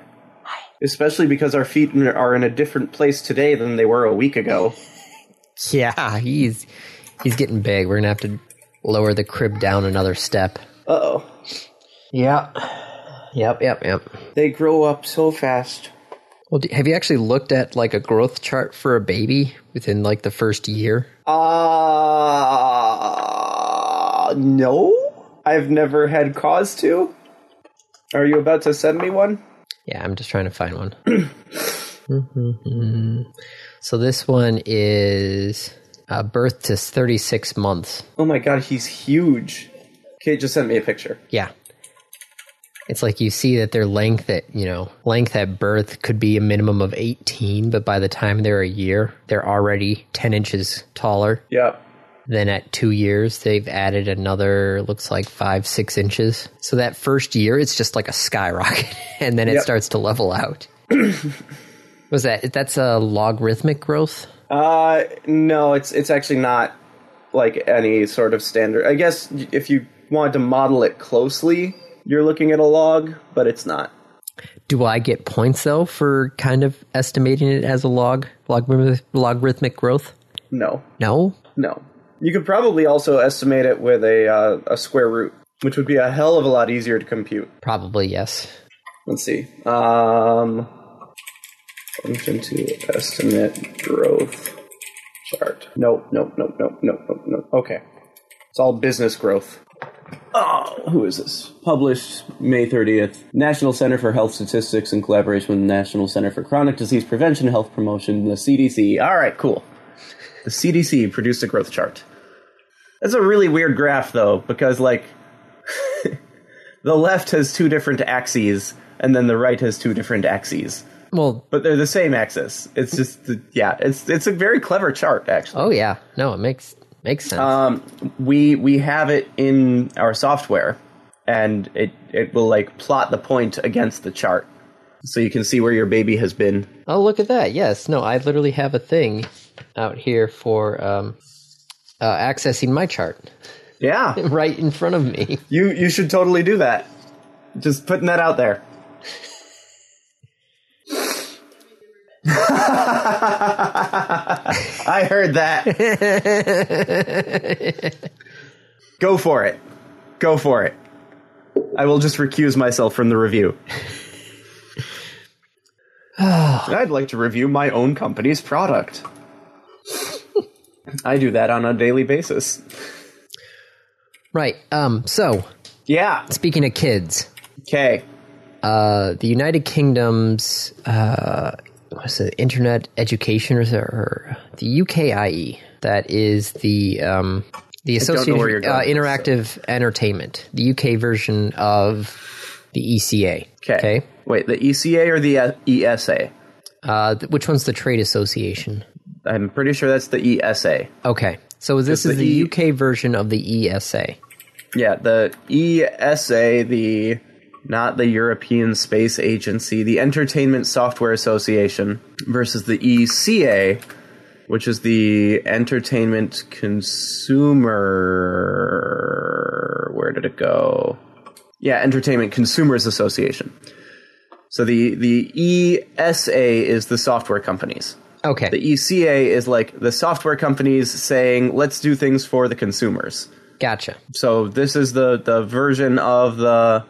S2: especially because our feet are in a different place today than they were a week ago.
S1: Yeah, he's he's getting big. We're gonna have to lower the crib down another step.
S2: Uh oh.
S1: Yeah. Yep, yep, yep.
S2: They grow up so fast.
S1: Well, do, have you actually looked at like a growth chart for a baby within like the first year?
S2: Ah, uh, no. I've never had cause to. Are you about to send me one?
S1: Yeah, I'm just trying to find one. so this one is uh, birth to 36 months.
S2: Oh my god, he's huge. Kate just sent me a picture.
S1: Yeah. It's like you see that their length at, you know, length at birth could be a minimum of 18, but by the time they're a year, they're already 10 inches taller.
S2: Yeah.
S1: Then at two years, they've added another, looks like five, six inches. So that first year, it's just like a skyrocket, and then it
S2: Yep.
S1: starts to level out. Was that? That's a logarithmic growth.
S2: Uh, no, it's it's actually not like any sort of standard. I guess if you wanted to model it closely, you're looking at a log, but it's not.
S1: Do I get points though for kind of estimating it as a log logarithmic, logarithmic growth?
S2: No,
S1: No.
S2: no. You could probably also estimate it with a uh, a square root, which would be a hell of a lot easier to compute.
S1: Probably yes.
S2: Let's see. Um, function to estimate growth chart. Nope, nope, nope, nope, nope, nope, nope. Okay. It's all business growth. Oh, who is this? Published May 30th. National Center for Health Statistics in collaboration with the National Center for Chronic Disease Prevention, Health Promotion, the CDC. All right, cool. The CDC produced a growth chart. That's a really weird graph, though, because, like, the left has two different axes and then the right has two different axes
S1: Well,
S2: but they're the same axis it's just the, yeah it's it's a very clever chart actually
S1: oh yeah. No, it makes makes sense.
S2: um we we have it in our software and it it will like plot the point against the chart so you can see where your baby has been
S1: Oh, look at that. Yes. No, I literally have a thing out here for um, uh, accessing my chart
S2: yeah
S1: right in front of me.
S2: you you should totally do that just putting that out there I heard that. Go for it. Go for it. I will just recuse myself from the review. I'd like to review my own company's product. I do that on a daily basis.
S1: Right. Um, so,
S2: Yeah.
S1: speaking of kids,
S2: Okay.
S1: uh, the United Kingdom's uh, what's it, Internet Education or, or the UKIE? E, That is the um, the
S2: know
S1: Association
S2: where you're going
S1: uh,
S2: with this,
S1: Interactive Entertainment, the UK version of the E ECA.
S2: Okay. Wait, the ECA or the E- ESA?
S1: Uh, th- which one's the trade association?
S2: I'm pretty sure that's the E ESA.
S1: Okay. So this is
S2: the
S1: the
S2: E-
S1: E UK version of the ESA.
S2: Yeah, E the ESA, the not the European Space Agency, the Entertainment Software Association versus the ECA, which is the Entertainment Consumer. Where did it go? Yeah, Entertainment Consumers Association. So the the ESA is the software companies.
S1: Okay.
S2: The E ECA is like the software companies saying, "Let's do things for the consumers."
S1: gotcha.
S2: So this is the the version of the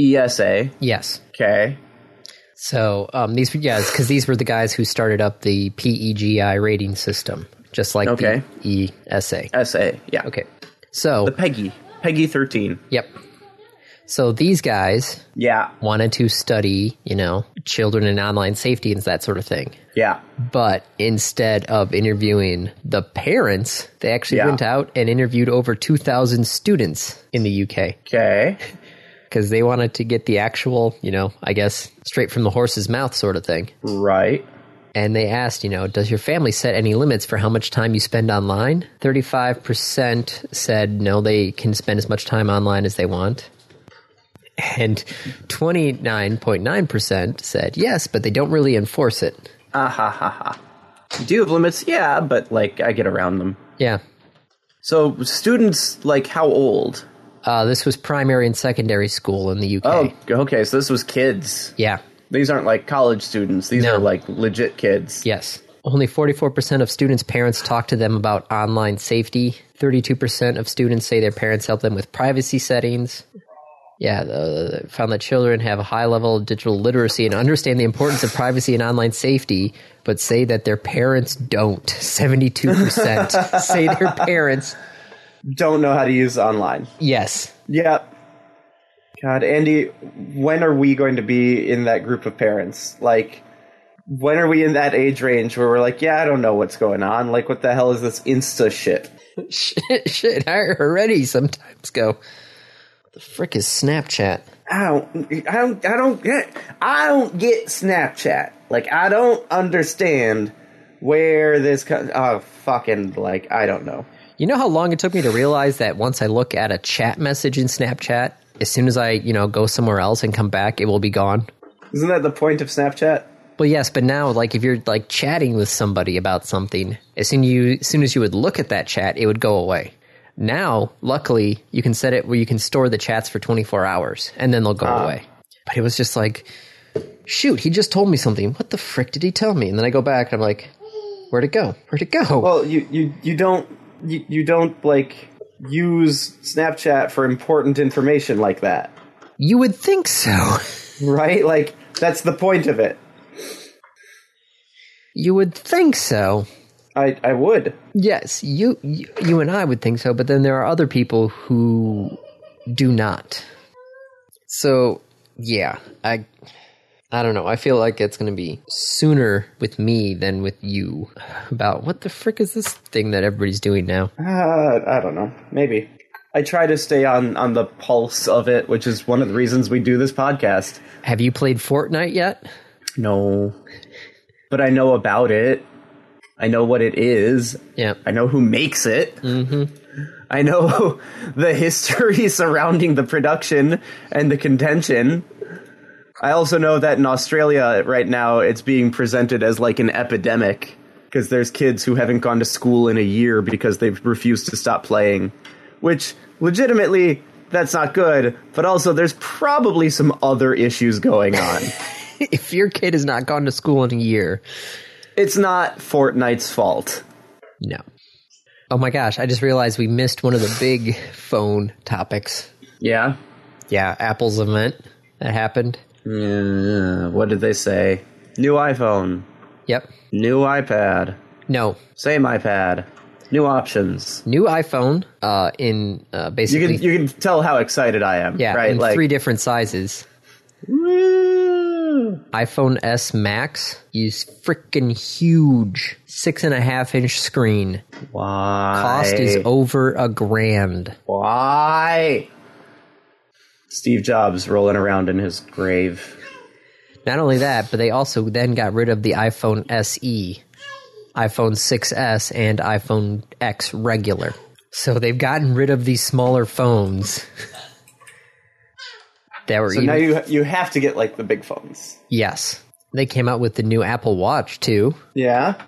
S2: ESA.
S1: Yes.
S2: Okay.
S1: So um, these, yeah, because these were the guys who started up the PEGI rating system, just like
S2: Okay.
S1: the ESA.
S2: SA. Yeah.
S1: Okay. So,
S2: The Peggy. Peggy 13.
S1: yep. So these guys
S2: Yeah.
S1: wanted to study, you know, children and online safety and that sort of thing.
S2: Yeah.
S1: But instead of interviewing the parents, they actually
S2: Yeah.
S1: went out and interviewed over 2,000 students in the UK
S2: Okay.
S1: because they wanted to get the actual, you know, I guess straight from the horse's mouth sort of thing.
S2: Right.
S1: and they asked, you know, does your family set any limits for how much time you spend online? 35% said no, they can spend as much time online as they want. And 29.9% said yes, but they don't really enforce it.
S2: Ah ha ha ha. Do you have limits? Yeah, but like I get around them.
S1: Yeah.
S2: So students like how old?
S1: Uh, this was primary and secondary school in the UK.
S2: Oh, okay. So this was kids.
S1: Yeah.
S2: These aren't like college students. These
S1: No.
S2: are like legit kids.
S1: Yes. Only 44% of students' parents talk to them about online safety. 32% of students say their parents help them with privacy settings. Yeah, uh, found that children have a high level of digital literacy and understand the importance of privacy and online safety, but say that their parents don't. 72% say their parents,
S2: Don't know how to use online.
S1: yes.
S2: Yep. God, Andy, when are we going to be in that group of parents? Like, when are we in that age range where we're like, yeah, I don't know what's going on. Like, what the hell is this Insta shit?
S1: Shit, shit, I already sometimes go, what the frick is Snapchat?
S2: I don't, I don't, I don't get, I don't get Snapchat. Like, I don't understand where this. Co- oh, fucking, like, I don't know.
S1: You know how long it took me to realize that once I look at a chat message in Snapchat, as soon as I, you know, go somewhere else and come back, it will be gone.
S2: Isn't that the point of Snapchat?
S1: Well, yes, but now like if you're like chatting with somebody about something, as soon you as soon as you would look at that chat, it would go away. Now, luckily, you can set it where you can store the chats for 24 hours and then they'll go away. But it was just like shoot, he just told me something. What the frick did he tell me? And then I go back and I'm like, where'd it go? Where'd it go?
S2: Well, you you you don't you, you don't like use Snapchat for important information like that,
S1: you would think so.
S2: right? Like that's the point of it.
S1: You would think so.
S2: I I would.
S1: Yes, you, you you and I would think so, but then there are other people who do not. So, yeah, I I don't know. I feel like it's going to be sooner with me than with you about what the frick is this thing that everybody's doing now?
S2: Uh, I don't know. Maybe. I try to stay on on the pulse of it, which is one of the reasons we do this podcast.
S1: Have you played Fortnite yet?
S2: No. But I know about it. I know what it is.
S1: Yeah.
S2: I know who makes it. Mm-hmm. I know the history surrounding the production and the contention. I also know that in Australia right now it's being presented as like an epidemic because there's kids who haven't gone to school in a year because they've refused to stop playing, which legitimately that's not good, but also there's probably some other issues going on.
S1: if your kid has not gone to school in a year,
S2: it's not Fortnite's fault.
S1: no. Oh my gosh, I just realized we missed one of the big phone topics.
S2: Yeah?
S1: Yeah, Apple's event that happened.
S2: Yeah, what did they say? New iPhone,
S1: Yep.
S2: new iPad,
S1: No,
S2: same iPad, new options.
S1: new iPhone uh, in uh,
S2: You
S1: basically
S2: can you can tell how excited I am.
S1: yeah
S2: right.
S1: in
S2: like
S1: three different sizes.
S2: woo.
S1: iPhone S Max is freaking huge, six and a half inch screen.
S2: why
S1: Cost is over a grand.
S2: why? Steve Jobs rolling around in his grave.
S1: Not only that, but they also then got rid of the iPhone SE, iPhone 6s, and iPhone X regular. So they've gotten rid of these smaller phones. that were
S2: So
S1: even
S2: now you you have to get like the big phones.
S1: Yes. They came out with the new Apple Watch too.
S2: Yeah.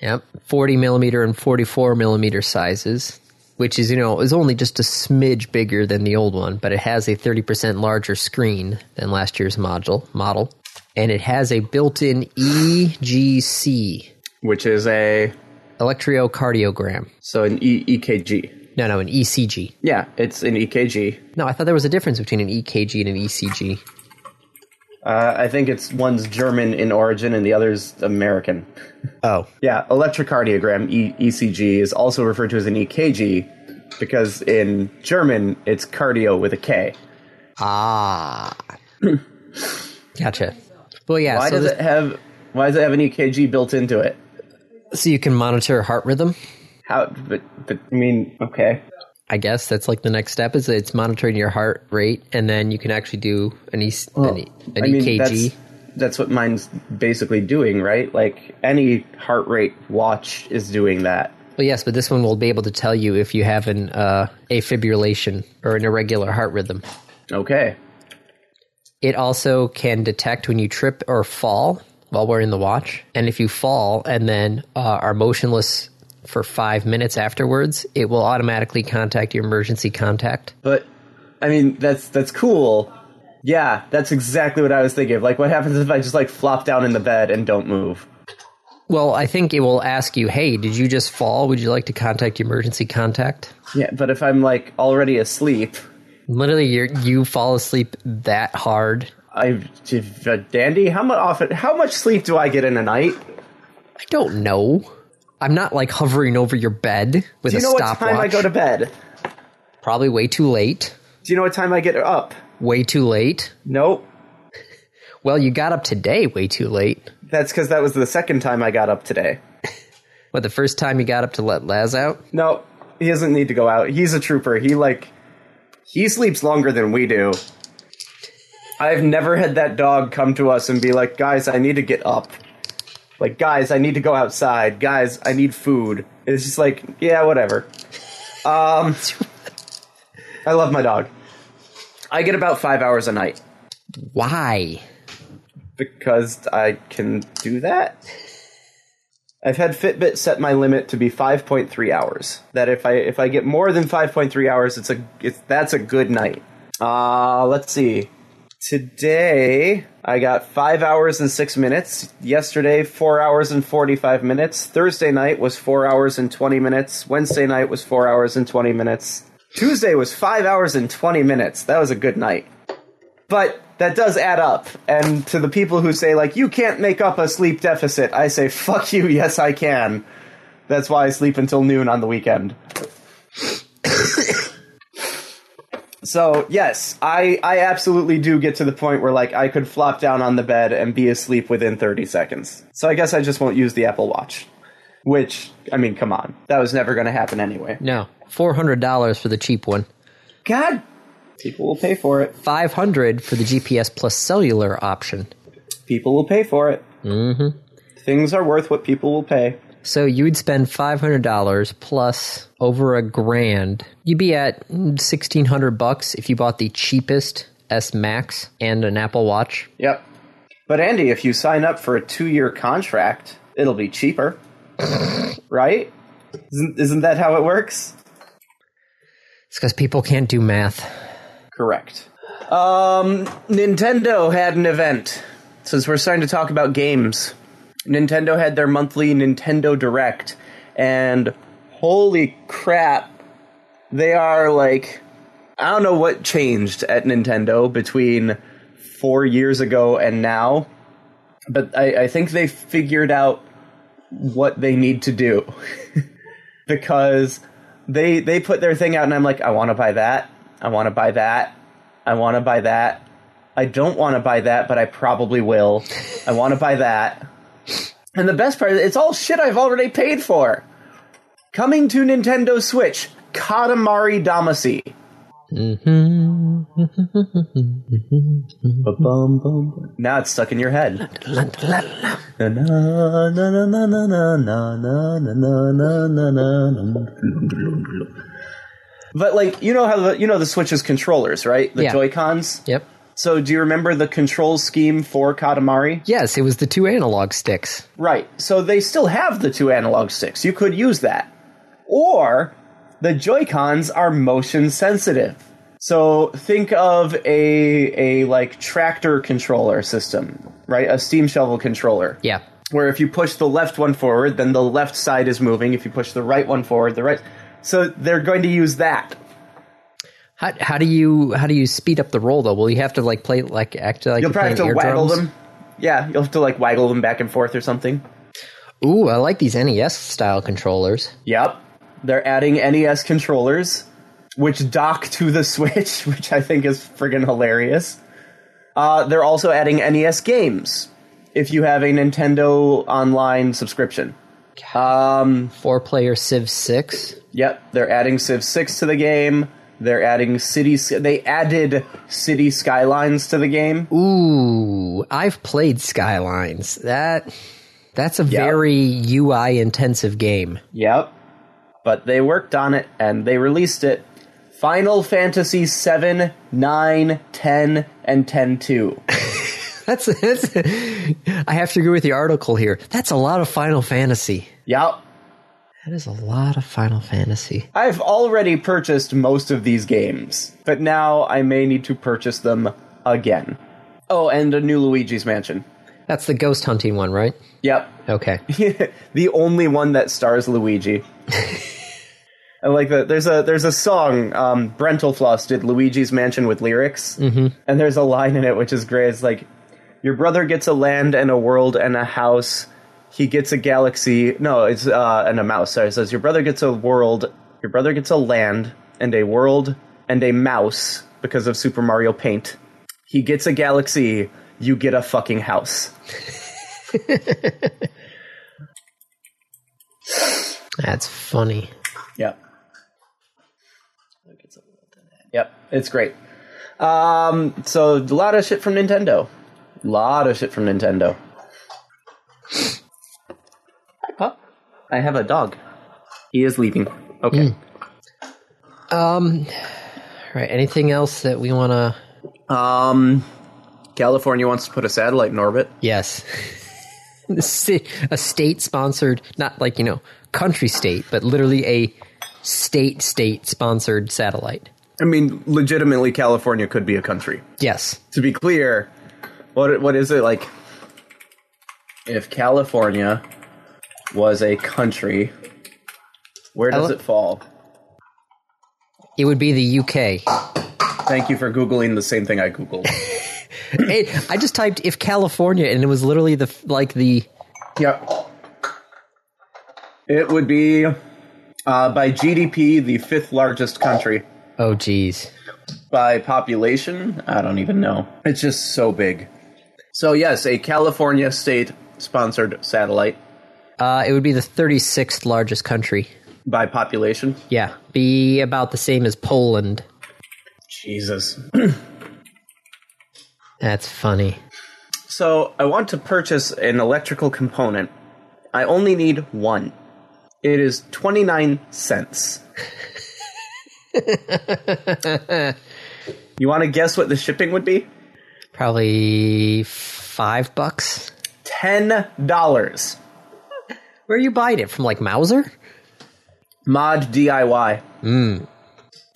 S1: Yep. 40 millimeter and 44 millimeter sizes, which is, you know, is only just a smidge bigger than the old one, but it has a 30% larger screen than last year's module, model. And it has a E built in EGC,
S2: Which is a
S1: electrocardiogram.
S2: so an e- EKG.
S1: No, no, an ECG.
S2: Yeah, it's an E EKG.
S1: No, I thought there was a difference between an EKG and an E ECG.
S2: Uh, I think it's one's German in origin and the other's American.
S1: Oh.
S2: Yeah, electrocardiogram e- ECG is also referred to as an EKG because in German it's cardio with a K.
S1: Ah. gotcha. Well, yeah.
S2: Why
S1: so
S2: does
S1: this-
S2: it have why does it have an EKG built into it?
S1: so you can monitor heart rhythm.
S2: How but, but I mean, okay.
S1: I guess that's like the next step is it's monitoring your heart rate, and then you can actually do an, e- an, e- an
S2: I mean,
S1: EKG.
S2: That's, that's what mine's basically doing, right? Like any heart rate watch is doing that.
S1: Well, yes, but this one will be able to tell you if you have an uh, afibrillation or an irregular heart rhythm.
S2: Okay.
S1: It also can detect when you trip or fall while wearing the watch, and if you fall and then uh, are motionless for five minutes afterwards, it will automatically contact your emergency contact.
S2: But I mean, that's that's cool. Yeah, that's exactly what I was thinking. of. Like what happens if I just like flop down in the bed and don't move?
S1: Well, I think it will ask you, "Hey, did you just fall? Would you like to contact your emergency contact?"
S2: Yeah, but if I'm like already asleep,
S1: Literally, you you fall asleep that hard.
S2: I uh, dandy, how much often how much sleep do I get in a night?
S1: I don't know. I'm not like hovering over your bed with
S2: Do you
S1: a
S2: know what
S1: stopwatch.
S2: time I go to bed?
S1: Probably way too late.
S2: Do you know what time I get up?
S1: Way too late.
S2: Nope.
S1: Well, you got up today way too late.
S2: That's because that was the second time I got up today.
S1: What the first time you got up to let Laz out?
S2: No, he doesn't need to go out. He's a trooper. He like he sleeps longer than we do. I've never had that dog come to us and be like, "Guys, I need to get up." Like, "Guys, I need to go outside. Guys, I need food." It's just like, "Yeah, whatever." Um I love my dog. I get about 5 hours a night
S1: Why?
S2: because I can do that. I've had Fitbit set my limit to be 5.3 hours. That if I if I get more than 5.3 hours, it's a it's that's a good night. Uh, let's see. Today I got 5 hours and 6 minutes. Yesterday 4 hours and 45 minutes. Thursday night was 4 hours and 20 minutes. Wednesday night was 4 hours and 20 minutes. Tuesday was 5 hours and 20 minutes. That was a good night but that does add up. And to the people who say like you can't make up a sleep deficit, I say fuck you. Yes, I can. That's why I sleep until noon on the weekend. so yes, I I absolutely do get to the point where like I could flop down on the bed and be asleep within thirty seconds. So I guess I just won't use the Apple Watch. Which I mean, come on, that was never going to happen anyway.
S1: No, four hundred dollars for the cheap one,
S2: God, people will pay for it.
S1: five hundred for the GPS plus cellular option.
S2: people will pay for it. Mm-hmm. Things are worth what people will pay.
S1: So you would spend five hundred dollars plus over a grand. You'd be at sixteen hundred bucks if you bought the cheapest S Max and an Apple Watch.
S2: Yep. But Andy, if you sign up for a two-year contract, it'll be cheaper, right? Isn't, isn't that how it works?
S1: It's because people can't do math.
S2: Correct. Um, Nintendo had an event. Since we're starting to talk about games, Nintendo had their monthly Nintendo Direct, and holy crap, they are like I don't know what changed at Nintendo between four years ago and now, but I, I think they figured out what they need to do because they they put their thing out, and I'm like, I want to buy that, I want to buy that, I want to buy that, I don't want to buy that, but I probably will. I want to buy that, and the best part is it's all shit I've already paid for. Coming to Nintendo Switch, Katamari Damacy. Now it's stuck in your head. Na, na, na, na, na, na, na, na, na, na, na, na, na, na. But like you know how the you know the Switch's controllers, right? The
S1: Yeah.
S2: Joy Cons.
S1: Yep.
S2: So do you remember the control scheme for Katamari?
S1: Yes, it was the two analog sticks.
S2: Right. So they still have the two analog sticks. You could use that. Or the Joy-Cons are motion sensitive. So think of a a like tractor controller system, right? A steam shovel controller.
S1: Yeah.
S2: Where if you push the left one forward, then the left side is moving. If you push the right one forward, the right So they're going to use that.
S1: How, how do you how do you speed up the roll though? Will you have to like play like act like
S2: You'll
S1: you're
S2: probably have to
S1: playing
S2: waggle
S1: eardrums?
S2: them. Yeah, you'll have to like waggle them back and forth or something.
S1: Ooh, I like these NES style controllers.
S2: Yep. They're adding NES controllers, which dock to the Switch, which I think is friggin' hilarious. Uh, they're also adding NES games if you have a Nintendo Online subscription. Um,
S1: Four player Civ Six.
S2: yep, they're adding Civ 6 to the game. They're adding City. They added City Skylines to the game.
S1: Ooh, I've played Skylines. That that's a very UI intensive game.
S2: Yep. But they worked on it and they released it. Final Fantasy 7, 9, 10, and 10 2.
S1: That's that's. I have to agree with the article here. That's a lot of Final Fantasy.
S2: Yep.
S1: That is a lot of Final Fantasy.
S2: I've already purchased most of these games, but now I may need to purchase them again. Oh, and a new Luigi's Mansion.
S1: That's the ghost hunting one, right?
S2: Yep.
S1: Okay.
S2: the only one that stars Luigi. I like that. There's a there's a song. Um, Brentelfloss did Luigi's Mansion with lyrics, mm-hmm. and there's a line in it which is great. It's like, "Your brother gets a land and a world and a house. He gets a galaxy. No, it's uh, and a mouse. Sorry, it says your brother gets a world. Your brother gets a land and a world and a mouse because of Super Mario Paint. He gets a galaxy. You get a fucking house."
S1: That's funny.
S2: Yep. Yep, it's great. Um, so a lot of shit from Nintendo. A lot of shit from Nintendo. Hi, pup. I have a dog. He is leaving. Okay.
S1: Um, all right. Anything else that we want to?
S2: Um, California wants to put a satellite in orbit.
S1: Yes. The sta- a state sponsored, not like, you know, country state, but literally a state state sponsored satellite.
S2: I mean, legitimately, California could be a country.
S1: Yes.
S2: to be clear, what what is it like? If California was a country, where does
S1: Ele-
S2: it fall?
S1: It would be the UK.
S2: Thank you for googling the same thing I googled.
S1: It, I just typed if California and it was literally the f- like the
S2: yep. It would be uh, by GDP the fifth largest country.
S1: oh geez.
S2: By population, I don't even know. It's just so big. So yes, a California state sponsored satellite
S1: Uh, it would be the 36th largest country.
S2: by population.
S1: Yeah, be about the same as Poland.
S2: Jesus.
S1: That's funny.
S2: So I want to purchase an electrical component. I only need one. It is 29 cents. you want to guess what the shipping would be?
S1: Probably five bucks.
S2: $10.
S1: Where are you buying it from? Like Mauser?
S2: Mod DIY.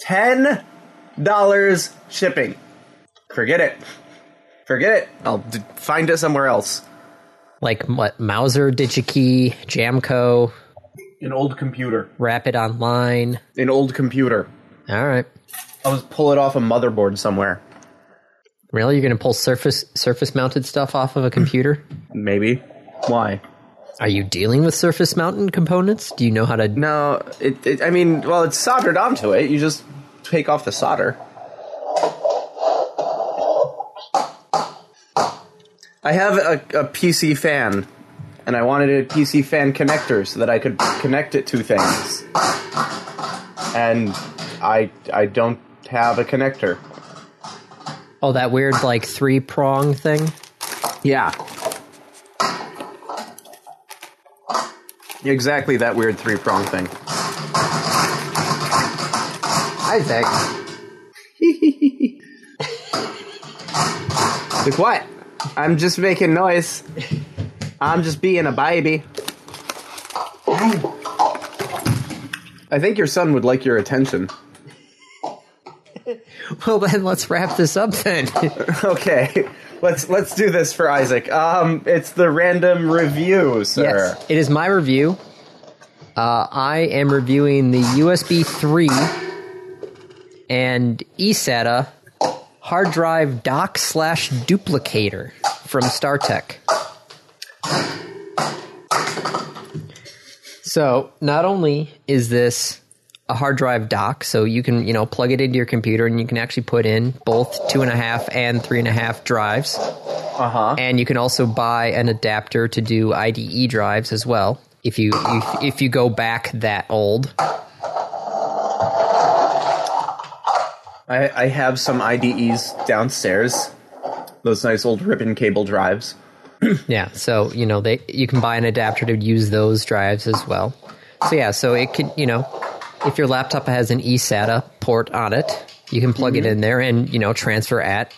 S2: $10 shipping. Forget it. Forget it. I'll d- find it somewhere else.
S1: Like what? Mauser, Digikey, Jamco,
S2: An old computer.
S1: Rapid Online.
S2: An old computer.
S1: All right.
S2: I'll just pull it off a motherboard somewhere.
S1: Really, you're going to pull surface surface mounted stuff off of a computer?
S2: Maybe. Why?
S1: Are you dealing with surface mounted components? Do you know how to?
S2: No, it, it. I mean, well, it's soldered onto it. You just take off the solder. I have a, a PC fan, and I wanted a PC fan connector so that I could connect it to things. And I I don't have a connector.
S1: Oh, that weird like three prong thing.
S2: Yeah. Exactly that weird three prong thing.
S1: Isaac.
S2: Like what? I'm just making noise. I'm just being a baby. I think your son would like your attention.
S1: Well, then let's wrap this up then.
S2: Okay, let's let's do this for Isaac. Um, it's the random review, sir.
S1: Yes, it is my review. Uh, I am reviewing the USB 3 and E eSATA hard drive dock slash duplicator from StarTech. So, not only is this a hard drive dock, so you can you know plug it into your computer and you can actually put in both two and a half and three and a half drives.
S2: Uh huh.
S1: and you can also buy an adapter to do IDE drives as well. If you if, if you go back that old,
S2: I, I have some IDEs downstairs. Those nice old ribbon cable drives.
S1: yeah. So you know they you can buy an adapter to use those drives as well. So yeah, so it could you know if your laptop has an E eSATA port on it, you can plug it in there and you know transfer at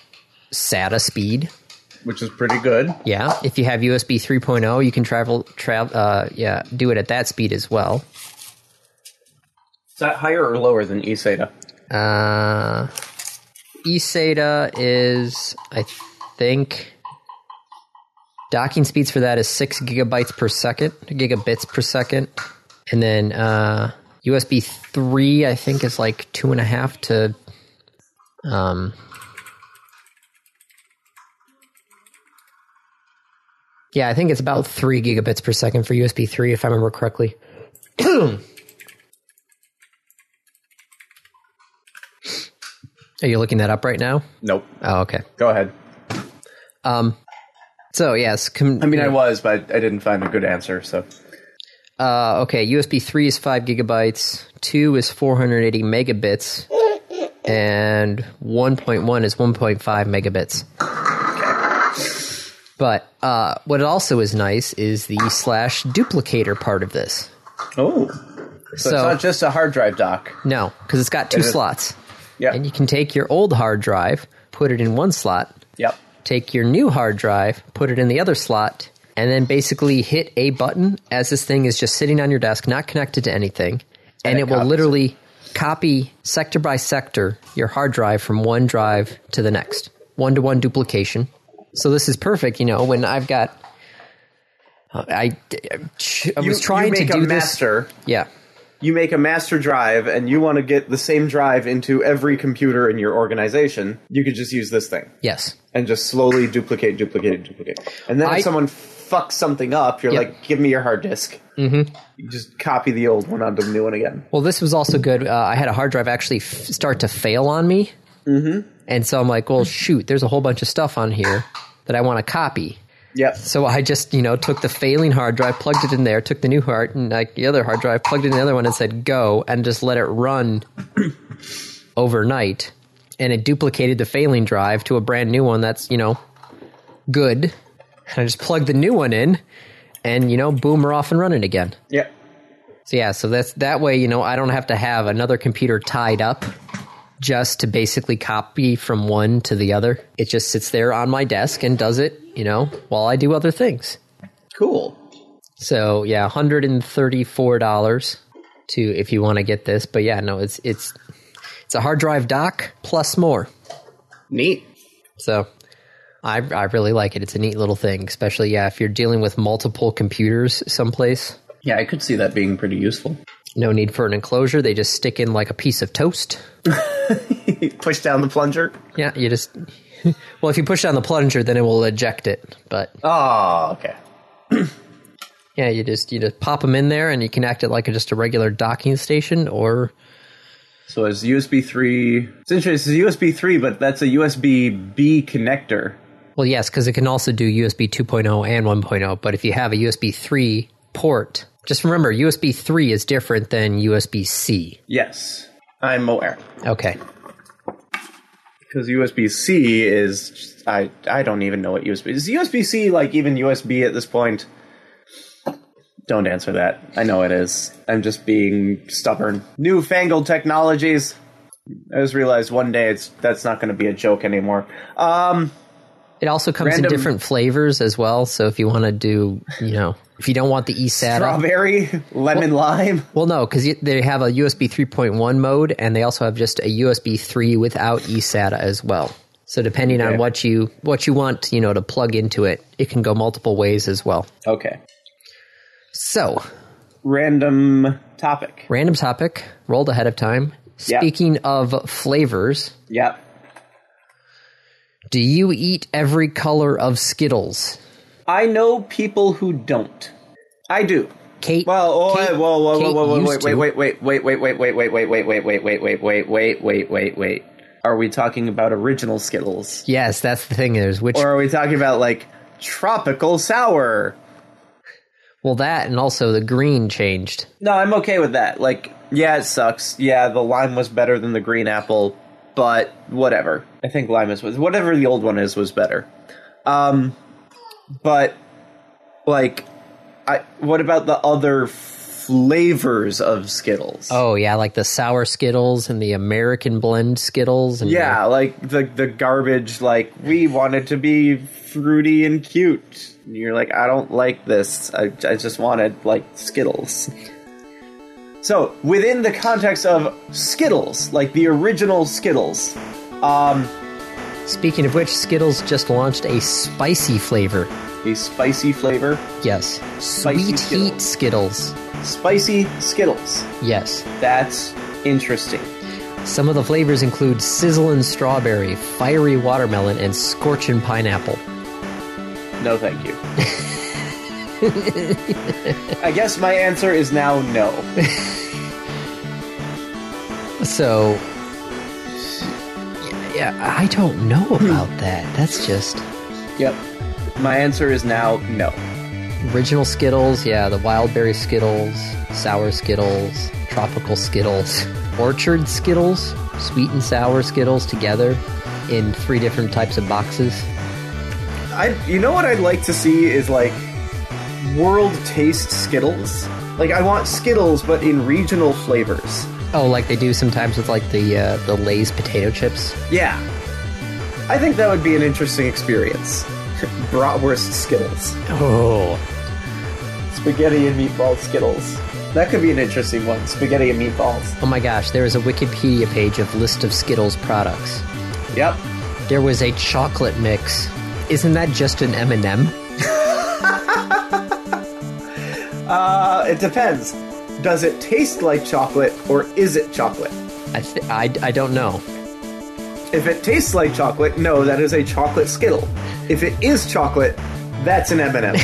S1: SATA speed.
S2: which is pretty good.
S1: Yeah. If you have USB 3.0, oh, you can travel travel uh, yeah do it at that speed as well.
S2: Is that higher or lower than E eSATA?
S1: Uh, eSATA is, I think, docking speeds for that is six gigabytes per second, gigabits per second, and then uh, USB three, I think, is like two and a half to, um, yeah, I think it's about three gigabits per second for USB three, if I remember correctly. Are you looking that up right now?
S2: Nope.
S1: Oh, okay.
S2: Go ahead.
S1: Um, so yes, com-
S2: I mean, I was, but I didn't find a good answer. So
S1: uh, okay. USB three is five gigabytes, two is four hundred eighty megabits, and one point one is one point five megabits. But uh, what also is nice is the slash duplicator part of this.
S2: oh,
S1: So-
S2: so, it's not just a hard drive dock.
S1: No, because it's got two
S2: is-
S1: slots,
S2: Yep.
S1: and you can take your old hard drive, put it in one slot,
S2: yep.
S1: take your new hard drive, put it in the other slot, and then basically hit a button as this thing is just sitting on your desk, not connected to anything, and,
S2: it
S1: it will
S2: copies
S1: literally copy sector by sector your hard drive from one drive to the next. One to one duplication. So this is perfect, you know, when I've got uh, I, I, I
S2: You-
S1: was trying
S2: you make
S1: to do
S2: a
S1: this.
S2: master.
S1: Yeah.
S2: You make a master drive, and you want to get the same drive into every computer in your organization. You could just use this thing
S1: Yes.
S2: and just slowly duplicate, duplicate, duplicate. And then
S1: I-
S2: if someone fucks something up, you're
S1: Yep.
S2: like, "Give me your hard disk." Mm-hmm. You just copy the old one onto the new one again.
S1: Well, this was also good. Uh, I had a hard drive actually f- start to fail on me. Mm-hmm. And so I'm like, well, shoot, there's a whole bunch of stuff on here that I want to copy.
S2: Yep.
S1: So I just, you know, took the failing hard drive, plugged it in there, took the new hard and like the other hard drive, plugged it in the other one and said go and just let it run overnight. And it duplicated the failing drive to a brand new one that's, you know, good. And I just plugged the new one in and, you know, boom, we're off and running again.
S2: Yep.
S1: So yeah, so that's that way, you know, I don't have to have another computer tied up just to basically copy from one to the other. It just sits there on my desk and does it, you know, while I do other things.
S2: Cool.
S1: So yeah, hundred and thirty-four dollars to if you want to get this. But yeah, no, it's it's it's a hard drive dock plus more.
S2: Neat.
S1: So I I really like it. It's a neat little thing, especially yeah, if you're dealing with multiple computers someplace.
S2: Yeah, I could see that being pretty useful.
S1: No need for an enclosure. They just stick in like a piece of toast.
S2: Push down the plunger.
S1: Yeah, you just. well, if you push down the plunger, then it will eject it. But Ah,
S2: Oh, okay.
S1: yeah, you just you just pop them in there, and you can act it like a, just a regular docking station. Or
S2: So it's USB three. It's interesting. It's USB three, but that's a USB B connector.
S1: well, yes, because it can also do USB 2.0 and 1.0. But if you have a USB 3 port, just remember USB 3 is different than USB C.
S2: Yes, I'm aware
S1: Okay,
S2: because USB C is. just- I I don't even know what USB is. USB C like even USB at this point. Don't answer that. I know it is. I'm just being stubborn. Newfangled technologies. I just realized one day it's that's not going to be a joke anymore. Um,
S1: It also comes
S2: Random-
S1: in different flavors as well. So if you want to do, you know, if you don't want the eSATA,
S2: strawberry, lemon, lime.
S1: well, no, because they have a USB 3.1 mode and they also have just a USB 3 without E eSATA as well. So depending
S2: Okay.
S1: on what you what you want, you know, to plug into it, it can go multiple ways as well.
S2: Okay.
S1: So
S2: Random topic.
S1: random topic rolled ahead of time.
S2: Yeah.
S1: Speaking of flavors,
S2: Yep.
S1: do you eat every color of Skittles?
S2: I know people who don't. I do.
S1: Kate.
S2: Well, oh,
S1: Kate-
S2: whoa, whoa, whoa,
S1: Kate
S2: whoa, whoa,
S1: used
S2: wait,
S1: to.
S2: wait, wait, wait, wait, wait, wait, wait, wait, wait, wait, wait, wait, wait, wait, wait, wait, wait, wait. Are we talking about original Skittles?
S1: Yes, that's the thing. There's which.
S2: Or are we talking about like tropical sour?
S1: well, that and also the green changed.
S2: No, I'm okay with that. Like, yeah, it sucks. Yeah, the lime was better than the green apple, but whatever. I think lime is was whatever the old one is was better. Um, but like, I what about the other flavors of Skittles?
S1: Oh yeah, like the sour Skittles and the American blend Skittles. And
S2: Yeah, like the the garbage. Like we wanted to be fruity and cute. And you're like, I don't like this. I I just wanted like Skittles. So within the context of Skittles, like the original Skittles, um,
S1: the- speaking of which, Skittles just launched a spicy flavor.
S2: a spicy flavor,
S1: Yes,
S2: Spicy
S1: sweet
S2: Skittles.
S1: heat Skittles.
S2: spicy Skittles.
S1: Yes,
S2: That's interesting.
S1: some of the flavors include sizzlin' strawberry, fiery watermelon, and scorchin' pineapple.
S2: No, thank you. I guess my answer is now no.
S1: So, yeah, I don't know
S2: Hmm.
S1: about that. That's just.
S2: Yep. My answer is now no.
S1: Original Skittles, yeah, the wild berry Skittles, sour Skittles, tropical Skittles, orchard Skittles, sweet and sour Skittles together in three different types of boxes.
S2: I you know what I'd like to see is like world taste Skittles. Like I want Skittles but in regional flavors.
S1: Oh, like they do sometimes with like the uh, the Lay's potato chips.
S2: Yeah. I think that would be an interesting experience. Bratwurst Skittles.
S1: Oh,
S2: Spaghetti and meatball Skittles. That could be an interesting one. Spaghetti and meatballs.
S1: oh my gosh! There is a Wikipedia page of list of Skittles products.
S2: Yep.
S1: There was a chocolate mix. Isn't that just an M and m
S2: Uh, it depends. Does it taste like chocolate or is it chocolate?
S1: I th- I I don't know.
S2: If it tastes like chocolate, no, that is a chocolate Skittle. If it is chocolate, that's an M&M.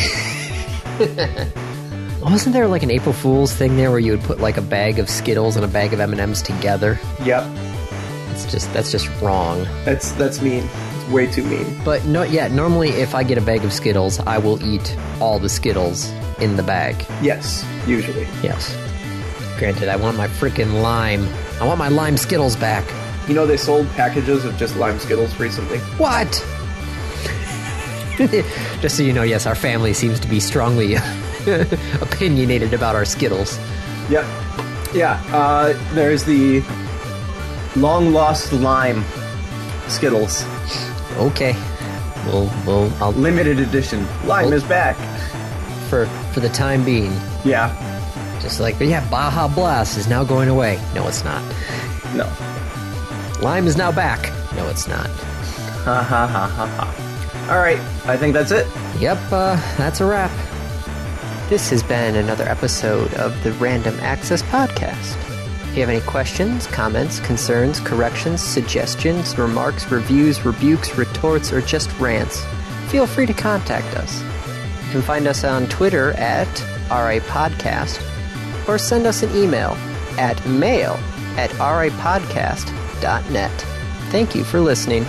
S1: Wasn't there like an April Fool's thing there where you would put like a bag of Skittles and a bag of M and M's together?
S2: yep.
S1: It's just that's just wrong.
S2: That's that's mean. It's way too mean.
S1: But no, yeah. Normally, if I get a bag of Skittles, I will eat all the Skittles in the bag.
S2: Yes, usually.
S1: Yes. Granted, I want my freaking lime. I want my lime Skittles back.
S2: You know they sold packages of just lime Skittles recently.
S1: What? just so you know, yes, our family seems to be strongly opinionated about our Skittles.
S2: Yep. Yeah. Uh, there's the long lost lime Skittles
S1: Okay. We'll, we'll, I'll,
S2: limited edition. Lime is back.
S1: for, for the time being,
S2: Yeah.
S1: Just like, but yeah, Baja Blast is now going away. No, it's not.
S2: No.
S1: Lime is now back. No, it's not.
S2: Ha ha ha ha ha. All right. I think that's it.
S1: Yep, uh, that's a wrap. This has been another episode of the Random Access Podcast. If you have any questions, comments, concerns, corrections, suggestions, remarks, reviews, rebukes, retorts, or just rants, feel free to contact us. You can find us on Twitter at RAPodcast or send us an email at mail at rapodcast.net. Thank you for listening.